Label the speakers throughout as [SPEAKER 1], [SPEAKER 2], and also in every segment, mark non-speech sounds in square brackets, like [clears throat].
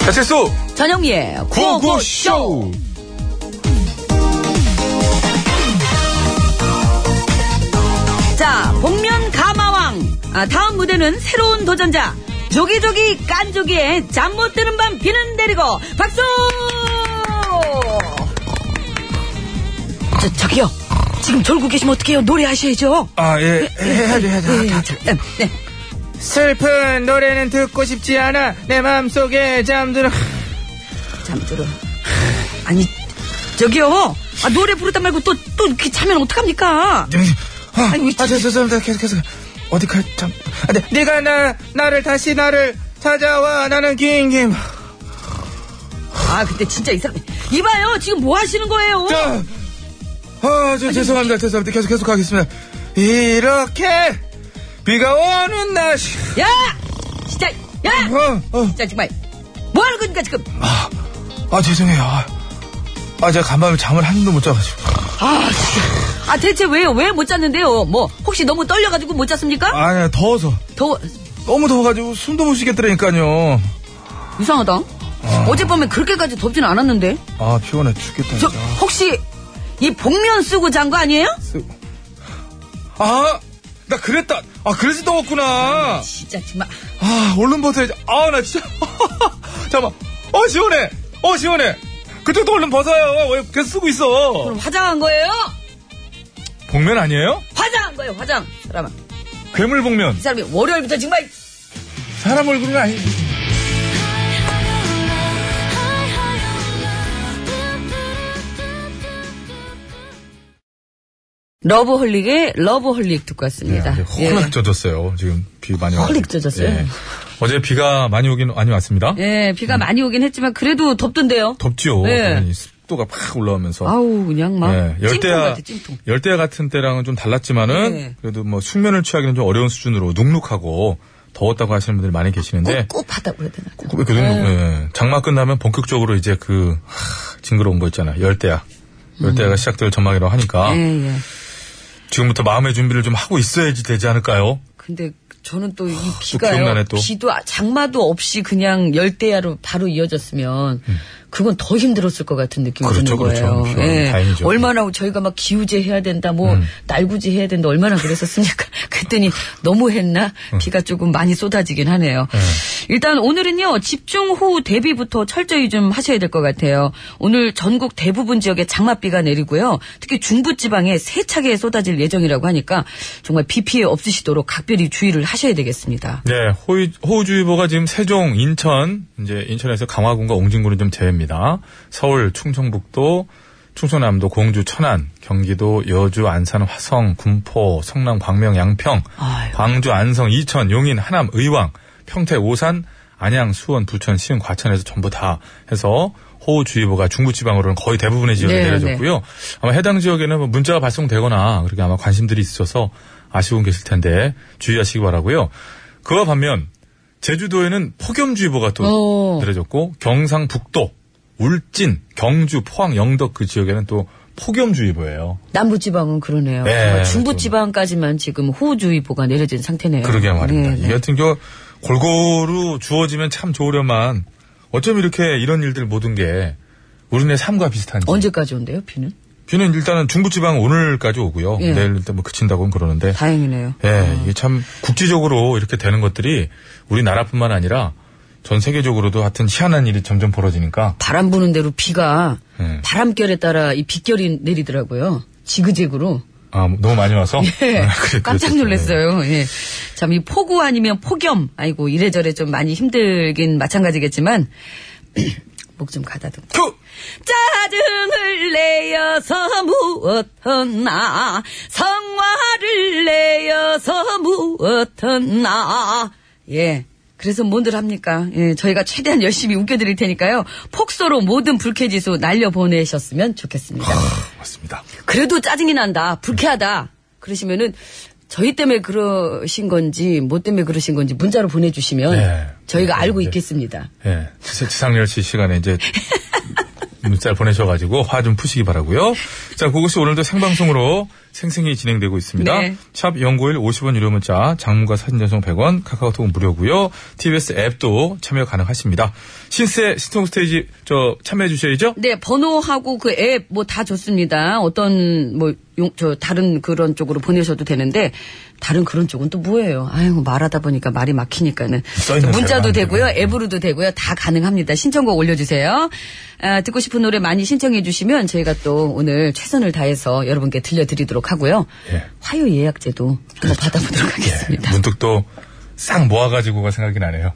[SPEAKER 1] 자칠수
[SPEAKER 2] 전영미의 구호구쇼!
[SPEAKER 1] 구호구쇼
[SPEAKER 2] 자, 복면 가마왕. 아, 다음 무대는 새로운 도전자. 조기조기 깐조기의 잠 못 드는 밤 비는 내리고 박수! 저, 저기요. 지금 졸고 계시면 어떡해요? 노래하셔야죠. 네,
[SPEAKER 3] 아예
[SPEAKER 1] 네,
[SPEAKER 3] 해야죠 해야죠 해야죠. 슬픈 노래는 듣고 싶지 않아 내 맘속에 잠들어
[SPEAKER 2] 잠들어. 아니, 저기요. 아, 노래 부르다 말고 또, 또 이렇게 자면 어떡합니까?
[SPEAKER 3] 아,
[SPEAKER 2] 아이고, 이
[SPEAKER 3] 아, 죄송합니다. 계속, 계속. 어디 가, 참. 아, 네. 네가 나, 나를, 다시 나를 찾아와. 나는 긴 김.
[SPEAKER 2] 아, 근데 진짜 이 사람. 이봐요. 지금 뭐 하시는 거예요?
[SPEAKER 3] 자. 아, 저 죄송합니다. 죄송합니다. 계속, 계속 하겠습니다. 이렇게 비가 오는 날.
[SPEAKER 2] 야! 진짜, 야!
[SPEAKER 3] 어, 어.
[SPEAKER 2] 진짜 정말. 뭐 하는 거니까 지금.
[SPEAKER 3] 아, 죄송해요. 아, 아, 제가 간밤에 잠을 한 번도 못 자가지고.
[SPEAKER 2] 아, 진짜. 아, 대체 왜요? 왜 못 잤는데요? 뭐, 혹시 너무 떨려가지고 못 잤습니까?
[SPEAKER 3] 아, 니 더워서.
[SPEAKER 2] 더워,
[SPEAKER 3] 너무 더워가지고 숨도 못 쉬겠더라니까요.
[SPEAKER 2] 이상하다. 어젯밤에 그렇게까지 덥진 않았는데.
[SPEAKER 3] 아, 피곤해 죽겠다.
[SPEAKER 2] 저,
[SPEAKER 3] 진짜.
[SPEAKER 2] 혹시, 이 복면 쓰고 잔 거 아니에요?
[SPEAKER 3] 아, 나 그랬다. 아, 그래서 더웠구나.
[SPEAKER 2] 진짜 정말.
[SPEAKER 3] 아, 얼른 벗어야지. 아, 나 진짜. [laughs] 잠깐만. 어, 시원해. 어, 시원해. 그쪽도 얼른 벗어요. 왜 계속 쓰고 있어?
[SPEAKER 2] 그럼 화장한 거예요?
[SPEAKER 3] 복면 아니에요?
[SPEAKER 2] 화장한 거예요, 화장. 사람아.
[SPEAKER 1] 괴물 복면
[SPEAKER 2] 이 사람이 월요일부터 정말.
[SPEAKER 3] 사람 얼굴은 아니지.
[SPEAKER 2] 러브홀릭의 러브홀릭 듣고 왔습니다.
[SPEAKER 1] 홀릭 젖었어요. 지금 비 많이 와서.
[SPEAKER 2] 홀릭 네. 예. 젖었어요?
[SPEAKER 3] 예.
[SPEAKER 1] 어제 비가 많이 오긴 많이 왔습니다.
[SPEAKER 2] 예, 비가 많이 오긴 했지만 그래도 덥던데요.
[SPEAKER 1] 덥지요.
[SPEAKER 2] 예.
[SPEAKER 1] 당연히 습도가 팍 올라오면서.
[SPEAKER 2] 아우 그냥 막
[SPEAKER 1] 예,
[SPEAKER 2] 찜통
[SPEAKER 1] 열대야
[SPEAKER 2] 어? 같아 찜통.
[SPEAKER 1] 열대야 같은 때랑은 좀 달랐지만은
[SPEAKER 2] 예.
[SPEAKER 1] 그래도 뭐 숙면을 취하기는 좀 어려운 수준으로 눅눅하고 더웠다고 하시는 분들 많이 계시는데
[SPEAKER 2] 꿉꿉하다고 해야 되나?
[SPEAKER 1] 그- 그 정도, 예. 장마 끝나면 본격적으로 이제 그 하, 징그러운 거 있잖아 요 열대야 열대야가 시작될 전망이라고 하니까
[SPEAKER 2] 음. 예, 예.
[SPEAKER 1] 지금부터 마음의 준비를 좀 하고 있어야지 되지 않을까요?
[SPEAKER 2] 근데 저는 또 이 비가요.
[SPEAKER 1] 기억나네, 아, 또.
[SPEAKER 2] 비도 아- 장마도 없이 그냥 열대야로 바로 이어졌으면
[SPEAKER 1] 음.
[SPEAKER 2] 그건 더 힘들었을 것 같은 느낌이
[SPEAKER 1] 그렇죠,
[SPEAKER 2] 드는 네, 거예요.
[SPEAKER 1] 그렇죠. 비가 다행이죠. 음.
[SPEAKER 2] 얼마나 저희가 막 기우제 해야 된다, 뭐 날구지 해야 된다, 얼마나 그랬었습니까? [laughs] 그랬더니 너무 했나?
[SPEAKER 1] 음.
[SPEAKER 2] 비가 조금 많이 쏟아지긴 하네요. 일단 오늘은요 집중호우 대비부터 철저히 좀 하셔야 될 것 같아요. 오늘 전국 대부분 지역에 장맛비가 내리고요. 특히 중부지방에 세차게 쏟아질 예정이라고 하니까 정말 비 피해 없으시도록 각별히 주의를 하셔야 되겠습니다.
[SPEAKER 1] 네, 호의, 호우주의보가 지금 세종, 인천, 이제 인천에서 강화군과 옹진군은 좀 제외입니다. 서울, 충청북도, 충청남도, 공주, 천안, 경기도, 여주, 안산, 화성, 군포, 성남, 광명, 양평,
[SPEAKER 2] 아이고.
[SPEAKER 1] 광주, 안성, 이천, 용인, 하남, 의왕, 평택, 오산, 안양, 수원, 부천, 시흥, 과천에서 전부 다 해서 호우주의보가 중부지방으로는 거의 대부분의 지역에
[SPEAKER 2] 네,
[SPEAKER 1] 내려졌고요. 아마 해당 지역에는 뭐 문자가 발송되거나 그렇게 아마 관심들이 있어서 아쉬운 계실 텐데 주의하시기 바라고요. 그와 반면 제주도에는 폭염주의보가 또
[SPEAKER 2] 오.
[SPEAKER 1] 내려졌고 경상북도, 울진, 경주, 포항, 영덕 그 지역에는 또 폭염주의보예요.
[SPEAKER 2] 남부지방은 그러네요.
[SPEAKER 1] 네,
[SPEAKER 2] 정말
[SPEAKER 1] 좀.
[SPEAKER 2] 중부지방까지만 지금 호우주의보가 내려진 상태네요.
[SPEAKER 1] 그러게 말입니다.
[SPEAKER 2] 네, 네.
[SPEAKER 1] 이 같은 경우 골고루 주어지면 참 좋으려만 어쩜 이렇게 이런 일들 모든 게 우리네 삶과 비슷한지.
[SPEAKER 2] 언제까지 온대요 비는?
[SPEAKER 1] 비는 일단은 중부지방 오늘까지 오고요.
[SPEAKER 2] 예.
[SPEAKER 1] 내일 일단 뭐 그친다고는 그러는데.
[SPEAKER 2] 다행이네요.
[SPEAKER 1] 예, 이게 참 국지적으로 이렇게 되는 것들이 우리나라뿐만 아니라 전 세계적으로도 하여튼 희한한 일이 점점 벌어지니까
[SPEAKER 2] 바람 부는 대로 비가
[SPEAKER 1] 네.
[SPEAKER 2] 바람결에 따라 이 빗결이 내리더라고요. 지그재그로.
[SPEAKER 1] 아, 너무 많이 와서
[SPEAKER 2] [laughs] 예.
[SPEAKER 1] 아, 그래,
[SPEAKER 2] 깜짝
[SPEAKER 1] 그랬었죠.
[SPEAKER 2] 놀랐어요. 예. 참, 이 폭우 아니면 폭염. 아이고, 이래저래 좀 많이 힘들긴 마찬가지겠지만, [clears throat] 목 좀 가다듬고.
[SPEAKER 1] 예.
[SPEAKER 2] 짜증을 내어서 무엇었나, 성화를 내어서 무엇었나. 예. 그래서 뭔들 합니까? 예, 저희가 최대한 열심히 웃겨드릴 테니까요. 폭소로 모든 불쾌지수 날려보내셨으면 좋겠습니다.
[SPEAKER 1] 맞습니다.
[SPEAKER 2] 그래도 짜증이 난다, 불쾌하다. 그러시면은 저희 때문에 그러신 건지 뭐 때문에 그러신 건지 문자로 보내주시면
[SPEAKER 1] 네.
[SPEAKER 2] 저희가
[SPEAKER 1] 네,
[SPEAKER 2] 알고
[SPEAKER 1] 네.
[SPEAKER 2] 있겠습니다.
[SPEAKER 1] 예. 지상렬씨 시간에
[SPEAKER 2] [laughs]
[SPEAKER 1] 이제 문자를 보내셔가지고 화 좀 푸시기 바라고요. 자, 그것이 오늘도 생방송으로 생생히 진행되고 있습니다.
[SPEAKER 2] 네.
[SPEAKER 1] 샵 연구일 50원 유료 문자, 장문과 사진 전송 100원, 카카오톡은 무료고요. TBS 앱도 참여 가능하십니다. 신세 신통 스테이지 저 참여해 주셔야죠.
[SPEAKER 2] 네 번호하고 그 앱 뭐 다 좋습니다. 어떤 뭐 저 다른 그런 쪽으로 보내셔도 되는데 다른 그런 쪽은 또 뭐예요? 아이고 말하다 보니까 말이 막히니까는
[SPEAKER 1] 써있는
[SPEAKER 2] 문자도
[SPEAKER 1] 대로
[SPEAKER 2] 되고요,
[SPEAKER 1] 안 되고.
[SPEAKER 2] 앱으로도 되고요, 다 가능합니다. 신청곡 올려주세요. 아, 듣고 싶은 노래 많이 신청해 주시면 저희가 또 오늘 최선을 다해서 여러분께 들려드리도록 하고요.
[SPEAKER 1] 예. 그렇죠.
[SPEAKER 2] 화요 예약제도 한번 받아보도록 하겠습니다.
[SPEAKER 1] 문득 또 싹 모아가지고가 생각이 나네요.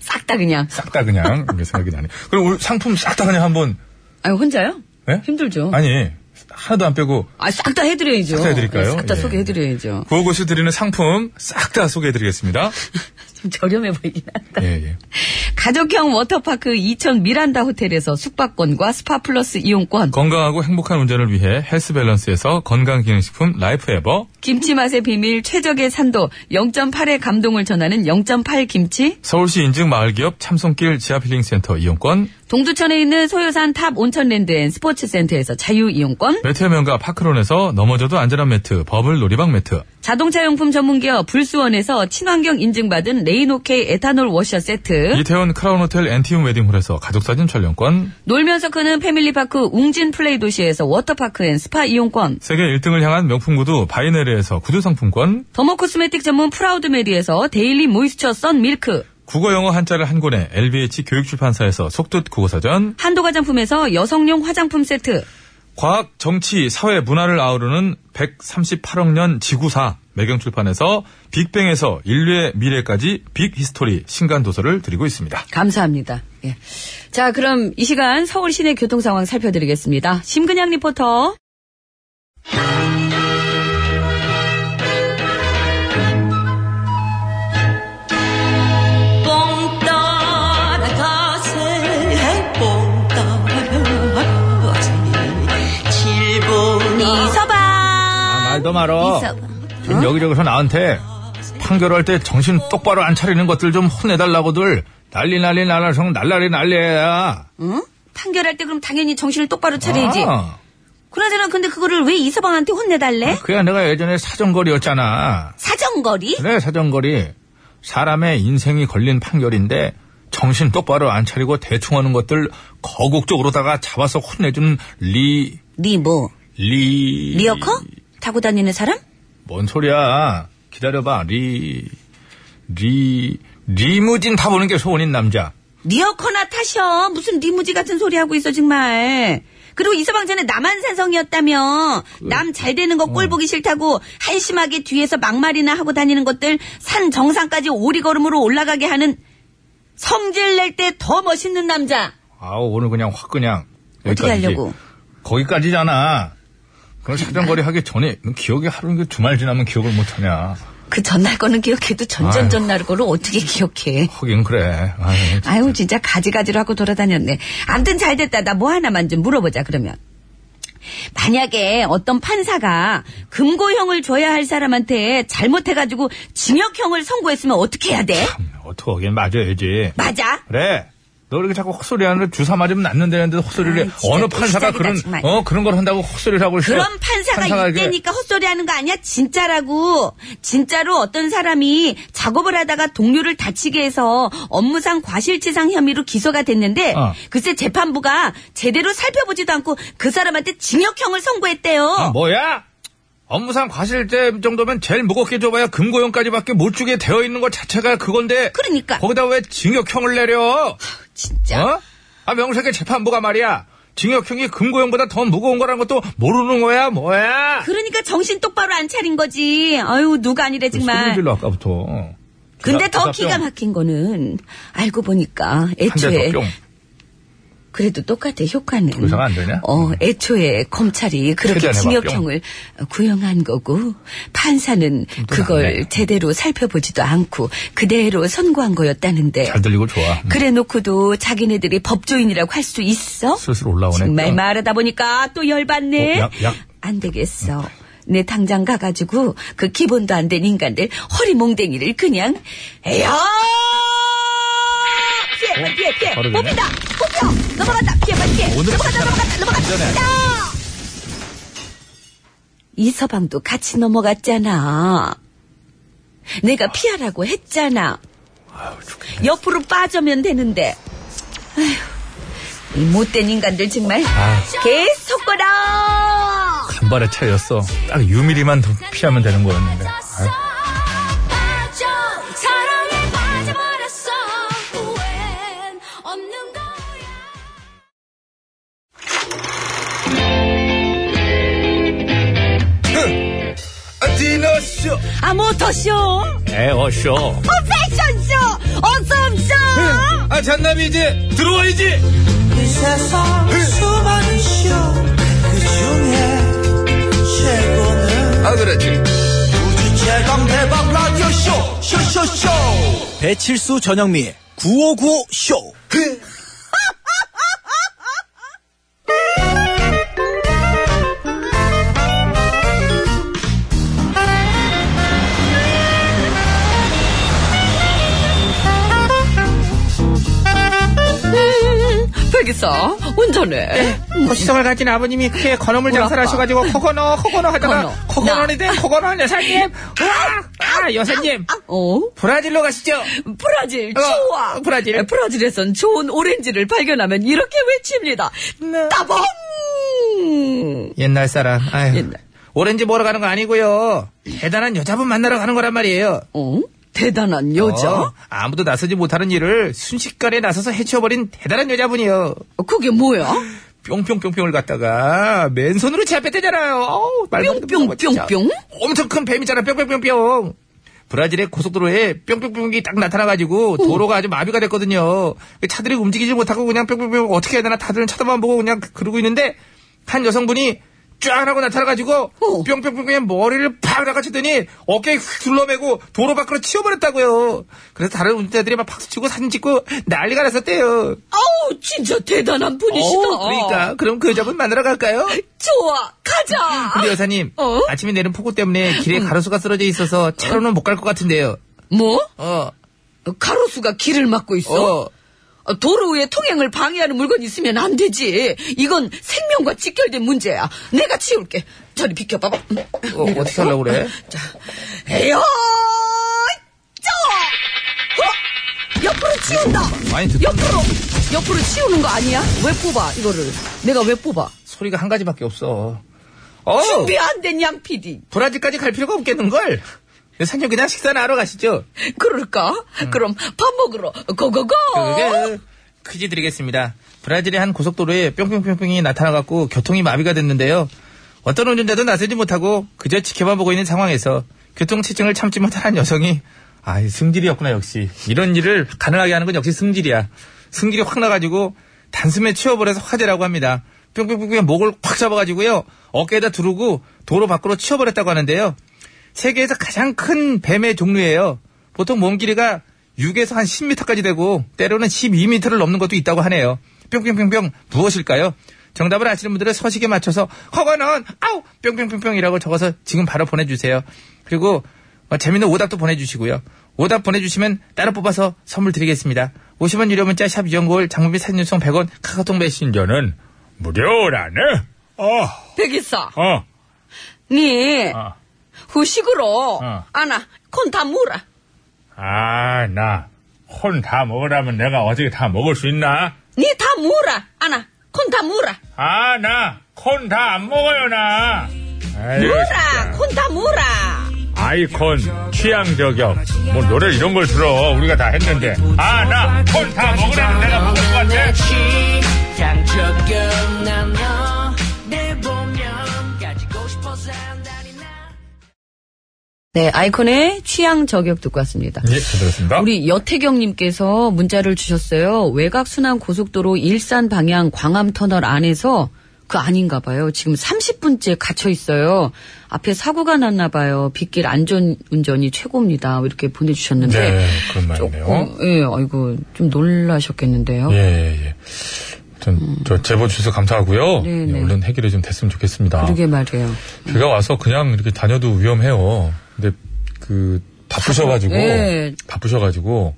[SPEAKER 2] 싹 다 그냥.
[SPEAKER 1] 싹 다 그냥 이게 생각이 나네. 그리고 오늘 상품 싹 다 그냥 한번
[SPEAKER 2] 아니 혼자요?
[SPEAKER 1] 예?
[SPEAKER 2] 힘들죠.
[SPEAKER 1] 아니 하나도 안 빼고
[SPEAKER 2] 아, 싹 다 해드려야죠. 네,
[SPEAKER 1] 싹다 해드릴까요?
[SPEAKER 2] 싹 다
[SPEAKER 1] 예.
[SPEAKER 2] 소개해드려야죠.
[SPEAKER 1] 구호고시 드리는 상품 싹 다 소개해드리겠습니다.
[SPEAKER 2] 좀 저렴해 보이긴 한다.
[SPEAKER 1] 예, 예.
[SPEAKER 2] 가족형 워터파크 2000 미란다 호텔에서 숙박권과 스파 플러스 이용권,
[SPEAKER 1] 건강하고 행복한 운전을 위해 헬스 밸런스에서 건강기능식품 라이프 에버,
[SPEAKER 2] 김치 맛의 비밀 최적의 산도 0.8의 감동을 전하는 0.8 김치,
[SPEAKER 1] 서울시 인증 마을기업 참손길 지하필링센터 이용권,
[SPEAKER 2] 동두천에 있는 소요산 탑 온천랜드 앤 스포츠센터에서 자유 이용권,
[SPEAKER 1] 매트의 명가 파크론에서 넘어져도 안전한 매트, 버블 놀이방 매트,
[SPEAKER 2] 자동차 용품 전문기업 불수원에서 친환경 인증받은 레인오케이 에탄올 워셔 세트,
[SPEAKER 1] 이태원 크라운 호텔 엔티움 웨딩홀에서 가족사진 촬영권,
[SPEAKER 2] 놀면서 크는 패밀리파크 웅진 플레이 도시에서 워터파크 앤 스파 이용권,
[SPEAKER 1] 세계 1등을 향한 명품 구두 바이네르에서 구두 상품권,
[SPEAKER 2] 더모 코스메틱 전문 프라우드메리에서 데일리 모이스처 썬 밀크,
[SPEAKER 1] 국어 영어 한자를 한 권에 LBH 교육출판사에서 속뜻 국어사전,
[SPEAKER 2] 한도 화장품에서 여성용 화장품 세트,
[SPEAKER 1] 과학, 정치, 사회, 문화를 아우르는 138억 년 지구사 매경출판에서 빅뱅에서 인류의 미래까지 빅히스토리 신간 도서를 드리고 있습니다.
[SPEAKER 2] 감사합니다. 예. 자, 그럼 이 시간 서울 시내 교통 상황 살펴드리겠습니다. 심근양 리포터. 네, 이서방.
[SPEAKER 1] 말도 말어. 지금 여기저기서 나한테 판결할 때 정신 똑바로 안 차리는 것들 좀 혼내달라고들 난리 난리 날라성 날라리 난리야.
[SPEAKER 2] 응? 판결할 때 그럼 당연히 정신을 똑바로 차려야지.
[SPEAKER 1] 아,
[SPEAKER 2] 그나저나 근데 그거를 왜 이서방한테 혼내달래?
[SPEAKER 1] 그야 내가 예전에 사정거리였잖아.
[SPEAKER 2] 사정거리?
[SPEAKER 1] 그래 네, 사정거리 사람의 인생이 걸린 판결인데 정신 똑바로 안 차리고 대충 하는 것들 거국적으로다가 잡아서 혼내주는 리...
[SPEAKER 2] 니 뭐?
[SPEAKER 1] 리...
[SPEAKER 2] 리어커? 타고 다니는 사람?
[SPEAKER 1] 뭔 소리야 기다려봐 리... 리... 리무진 타보는 게 소원인 남자
[SPEAKER 2] 리어커나 타셔. 무슨 리무지 같은 소리 하고 있어 정말. 그리고 이서방 전에 남한산성이었다며 남 잘 되는 거
[SPEAKER 1] 어.
[SPEAKER 2] 꼴 보기 싫다고 한심하게 뒤에서 막말이나 하고 다니는 것들 산 정상까지 오리걸음으로 올라가게 하는 성질 낼 때 더 멋있는 남자
[SPEAKER 1] 아우 오늘 그냥 확 그냥
[SPEAKER 2] 어떻게
[SPEAKER 1] 여기까지지.
[SPEAKER 2] 하려고
[SPEAKER 1] 거기까지잖아 그걸 사정거리 하기 전에 기억이 하루 이게 주말 지나면 기억을 못하냐
[SPEAKER 2] 그 전날 거는 기억해도
[SPEAKER 1] 아유.
[SPEAKER 2] 전전전날 거를 어떻게 기억해
[SPEAKER 1] 하긴 그래 아유,
[SPEAKER 2] 아유 진짜 가지가지로 하고 돌아다녔네. 암튼 잘 됐다. 나 뭐 하나만 좀 물어보자 그러면. 만약에 어떤 판사가 금고형을 줘야 할 사람한테 잘못해가지고 징역형을 선고했으면 어떻게 해야 돼?
[SPEAKER 1] 어떻게 하긴 맞아야지
[SPEAKER 2] 맞아?
[SPEAKER 1] 그래. 너 이렇게 자꾸 헛소리하는 주사 맞으면 낫는다는데 헛소리를 해.
[SPEAKER 2] 아이, 진짜
[SPEAKER 1] 어느
[SPEAKER 2] 또
[SPEAKER 1] 판사가
[SPEAKER 2] 시작이다,
[SPEAKER 1] 그런
[SPEAKER 2] 정말.
[SPEAKER 1] 어 그런 걸 한다고 헛소리를 하고 있어.
[SPEAKER 2] 그런 네, 판사가
[SPEAKER 1] 판사에게
[SPEAKER 2] 있대니까 헛소리하는 거 아니야? 진짜라고. 진짜로 어떤 사람이 작업을 하다가 동료를 다치게 해서 업무상 과실치상 혐의로 기소가 됐는데
[SPEAKER 1] 어.
[SPEAKER 2] 글쎄 재판부가 제대로 살펴보지도 않고 그 사람한테 징역형을 선고했대요.
[SPEAKER 1] 아, 뭐야? 업무상 과실죄 정도면 제일 무겁게 줘봐야 금고형까지밖에 못 주게 되어 있는 것 자체가 그건데.
[SPEAKER 2] 그러니까.
[SPEAKER 1] 거기다 왜 징역형을 내려?
[SPEAKER 2] 진짜.
[SPEAKER 1] 어? 아, 명색의 재판부가 말이야. 징역형이 금고형보다 더 무거운 거라는 것도 모르는 거야, 뭐야?
[SPEAKER 2] 그러니까 정신 똑바로 안 차린 거지. 아유, 누가 아니래,
[SPEAKER 1] 그 소리
[SPEAKER 2] 그 정말.
[SPEAKER 1] 질러, 아까부터. 어.
[SPEAKER 2] 근데
[SPEAKER 1] 나-
[SPEAKER 2] 더
[SPEAKER 1] 나
[SPEAKER 2] 기가
[SPEAKER 1] 뿅.
[SPEAKER 2] 막힌 거는 알고 보니까
[SPEAKER 1] 한대
[SPEAKER 2] 애초에
[SPEAKER 1] 더 뿅.
[SPEAKER 2] 그래도 똑같아 효과는.
[SPEAKER 1] 더 이상 안 되냐? 음.
[SPEAKER 2] 어, 애초에 검찰이 그렇게
[SPEAKER 1] 최대한 해봐,
[SPEAKER 2] 징역형을 구형한 거고 판사는 그걸
[SPEAKER 1] 낫네.
[SPEAKER 2] 제대로 살펴보지도 않고 그대로 선고한 거였다는데.
[SPEAKER 1] 잘 들리고 좋아. 음.
[SPEAKER 2] 그래 놓고도 자기네들이 법조인이라고 할 수 있어?
[SPEAKER 1] 슬슬 올라오네.
[SPEAKER 2] 정말
[SPEAKER 1] 또.
[SPEAKER 2] 말하다 보니까 또 열받네.
[SPEAKER 1] 어, 약, 약.
[SPEAKER 2] 안 되겠어. 내 당장 가가지고 그 기본도 안 된 인간들 허리몽댕이를 그냥 에야 피해
[SPEAKER 1] 어?
[SPEAKER 2] 빨리 피해 피해
[SPEAKER 1] 바로
[SPEAKER 2] 못
[SPEAKER 1] 되네.
[SPEAKER 2] 피다 못 피어 넘어간다 피해 빨리 피해
[SPEAKER 1] 오늘은
[SPEAKER 2] 넘어간다
[SPEAKER 1] 진짜
[SPEAKER 2] 넘어간다 넘어간다
[SPEAKER 1] 완전해.
[SPEAKER 2] 야! 이 서방도 같이 넘어갔잖아 내가 피하라고 했잖아 옆으로 빠져면 되는데 아휴, 이 못된 인간들 정말 계속 거라
[SPEAKER 1] 간발의 차이였어. 딱 유미리만 더 피하면 되는 거였는데. 아유.
[SPEAKER 4] 빠져 사랑에 빠져버렸어 후회는 없는 거야
[SPEAKER 1] 디너쇼!
[SPEAKER 2] 아 모터쇼
[SPEAKER 1] 에어쇼!
[SPEAKER 2] 패션쇼 어썸쇼
[SPEAKER 1] 아, 잔남이 이제 들어와야지!
[SPEAKER 5] 이 세상 수많은 쇼그 중에 최고는
[SPEAKER 1] 아, 그렇지.
[SPEAKER 5] 우주 최강 대박 라디오 쇼 쇼쇼쇼 배칠수 전영미 9595 쇼.
[SPEAKER 1] 네, 뭐.
[SPEAKER 2] 백이사 운전해
[SPEAKER 1] 시성을 가진 아버님이 크게 건어물
[SPEAKER 2] 우리
[SPEAKER 1] 장사를
[SPEAKER 2] 아빠.
[SPEAKER 1] 하셔가지고 코코넛 코코넛 하다가
[SPEAKER 2] 코코넛.
[SPEAKER 1] 코코넛이 된 코코넛 여사님 아, 아 여사님
[SPEAKER 2] 어
[SPEAKER 1] 브라질로 가시죠
[SPEAKER 2] 브라질
[SPEAKER 1] 어,
[SPEAKER 2] 좋아 네,
[SPEAKER 1] 브라질.
[SPEAKER 2] 브라질에선 좋은 오렌지를 발견하면 이렇게 외칩니다
[SPEAKER 1] 네.
[SPEAKER 2] 따봉
[SPEAKER 1] 옛날 사람 아유.
[SPEAKER 2] 옛날.
[SPEAKER 1] 오렌지 먹으러 가는 거 아니고요 대단한 여자분 만나러 가는 거란 말이에요
[SPEAKER 2] 어 대단한 여자
[SPEAKER 1] 어, 아무도 나서지 못하는 일을 순식간에 나서서 해치워버린 대단한 여자분이요
[SPEAKER 2] 어, 그게
[SPEAKER 1] 아,
[SPEAKER 2] 뭐야
[SPEAKER 1] 뿅뿅뿅뿅을 갖다가 맨손으로 제 앞에 대잖아요 어우, 말 못해,
[SPEAKER 2] 뿅뿅,
[SPEAKER 1] 못 진짜.
[SPEAKER 2] 뿅뿅?
[SPEAKER 1] 엄청 큰 뱀이잖아 뿅뿅뿅뿅 브라질의 고속도로에 뿅뿅뿅이 딱 나타나가지고 도로가 아주 마비가 됐거든요 차들이 움직이지 못하고 그냥 뿅뿅뿅 어떻게 해야 되나 다들 쳐다만 보고 그냥 그러고 있는데 한 여성분이 쫙 하고 나타나가지고
[SPEAKER 2] 어.
[SPEAKER 1] 뿅뿅뿅 머리를 팍 나가쳤더니 어깨에 휙 둘러매고 도로 밖으로 치워버렸다고요 그래서 다른 운전자들이 막 박수치고 사진 찍고 난리가 났었대요
[SPEAKER 2] 아우 진짜 대단한 분이시다
[SPEAKER 1] 어우, 그러니까 그럼 그 여자분 만나러 갈까요?
[SPEAKER 2] 좋아 가자
[SPEAKER 1] 근데 여사님
[SPEAKER 2] 어? 음.
[SPEAKER 1] 아침에 내린 폭우 때문에 길에 가로수가 쓰러져 있어서 차로는 못 갈 것 같은데요.
[SPEAKER 2] 뭐
[SPEAKER 1] 어,
[SPEAKER 2] 가로수가 길을 막고 있어
[SPEAKER 1] 어.
[SPEAKER 2] 어, 도로 위에 통행을 방해하는 물건 있으면 안 되지. 이건 생명과 직결된 문제야. 내가 치울게. 저리 비켜봐봐. 음.
[SPEAKER 1] 어, 어떻게 하려고 그래?
[SPEAKER 2] 자, 에요! 저! 어? 옆으로 치운다!
[SPEAKER 1] 많이 듣-
[SPEAKER 2] 옆으로! 옆으로 치우는 거 아니야? 왜 뽑아, 이거를? 내가 왜 뽑아?
[SPEAKER 1] 소리가 한 가지밖에 없어. 어,
[SPEAKER 2] 준비 안 된 양 PD.
[SPEAKER 1] 브라질까지 갈 필요가 없겠는 걸. 여사님 그냥 식사나 하러 가시죠.
[SPEAKER 2] 그럴까? 그럼 밥 먹으러 고고고!
[SPEAKER 1] 음. 그게 퀴즈 드리겠습니다. 브라질의 한 고속도로에 뿅뿅뿅뿅이 나타나갖고 교통이 마비가 됐는데요. 어떤 운전자도 나서지 못하고 그저 지켜만 보고 있는 상황에서 교통체증을 참지 못한 여성이 아, 이 승질이었구나 역시. 이런 일을 가능하게 하는 건 역시 승질이야. 승질이 확 나가지고 단숨에 치워버려서 화제라고 합니다. 뿅뿅뿅뿅 목을 확 잡아가지고요. 어깨에다 두르고 도로 밖으로 치워버렸다고 하는데요. 세계에서 가장 큰 뱀의 종류예요. 보통 몸 길이가 6에서 한 10m까지 되고 때로는 12m를 넘는 것도 있다고 하네요. 뿅뿅뿅뿅 무엇일까요? 정답을 아시는 분들은 서식에 맞춰서 허거는 아우 뿅뿅뿅뿅이라고 적어서 지금 바로 보내주세요. 그리고 어, 재밌는 오답도 보내주시고요. 오답 보내주시면 따로 뽑아서 선물 드리겠습니다. 50원 유료 문자 샵 이용골 장문비 사진 유송 100원 카카오톡 메신저는 무료라네. 어,
[SPEAKER 2] 백이사,
[SPEAKER 6] 어.
[SPEAKER 2] 니,
[SPEAKER 6] 어.
[SPEAKER 2] 후식으로,
[SPEAKER 6] 어.
[SPEAKER 2] 아나, 콘 다 물어.
[SPEAKER 6] 아, 나, 혼 다 먹으라면 내가 어떻게 다 먹을 수 있나?
[SPEAKER 2] 니 다 물어. 아나, 콘 다 물어.
[SPEAKER 6] 아, 나, 콘 다 안 먹어요, 나.
[SPEAKER 1] 아유,
[SPEAKER 2] 뭐라 콘다 뭐라
[SPEAKER 1] 아이콘, 취향 저격. 뭐 노래 이런 걸 들어. 우리가 다 했는데. 아, 나, 콘 다 먹으라면 내가 먹을 것 같아.
[SPEAKER 2] 네 아이콘의 취향 저격 듣고 왔습니다
[SPEAKER 1] 예, 잘 들었습니다.
[SPEAKER 2] 우리 여태경님께서 문자를 주셨어요. 외곽순환 고속도로 일산 방향 광암 터널 안에서 그 아닌가 봐요. 지금 30분째 갇혀 있어요. 앞에 사고가 났나 봐요. 빗길 안전 운전이 최고입니다. 이렇게 보내주셨는데
[SPEAKER 1] 네, 그런 말이네요.
[SPEAKER 2] 조금 예, 아이고 좀 놀라셨겠는데요.
[SPEAKER 1] 예, 예, 예. 아무튼 저 제보 주셔서 감사하고요.
[SPEAKER 2] 네,
[SPEAKER 1] 예,
[SPEAKER 2] 네.
[SPEAKER 1] 얼른 해결이 좀 됐으면 좋겠습니다.
[SPEAKER 2] 그러게 말이에요.
[SPEAKER 1] 비가 와서 그냥 이렇게 다녀도 위험해요. 근데 그 바쁘셔가지고
[SPEAKER 2] 네.
[SPEAKER 1] 바쁘셔가지고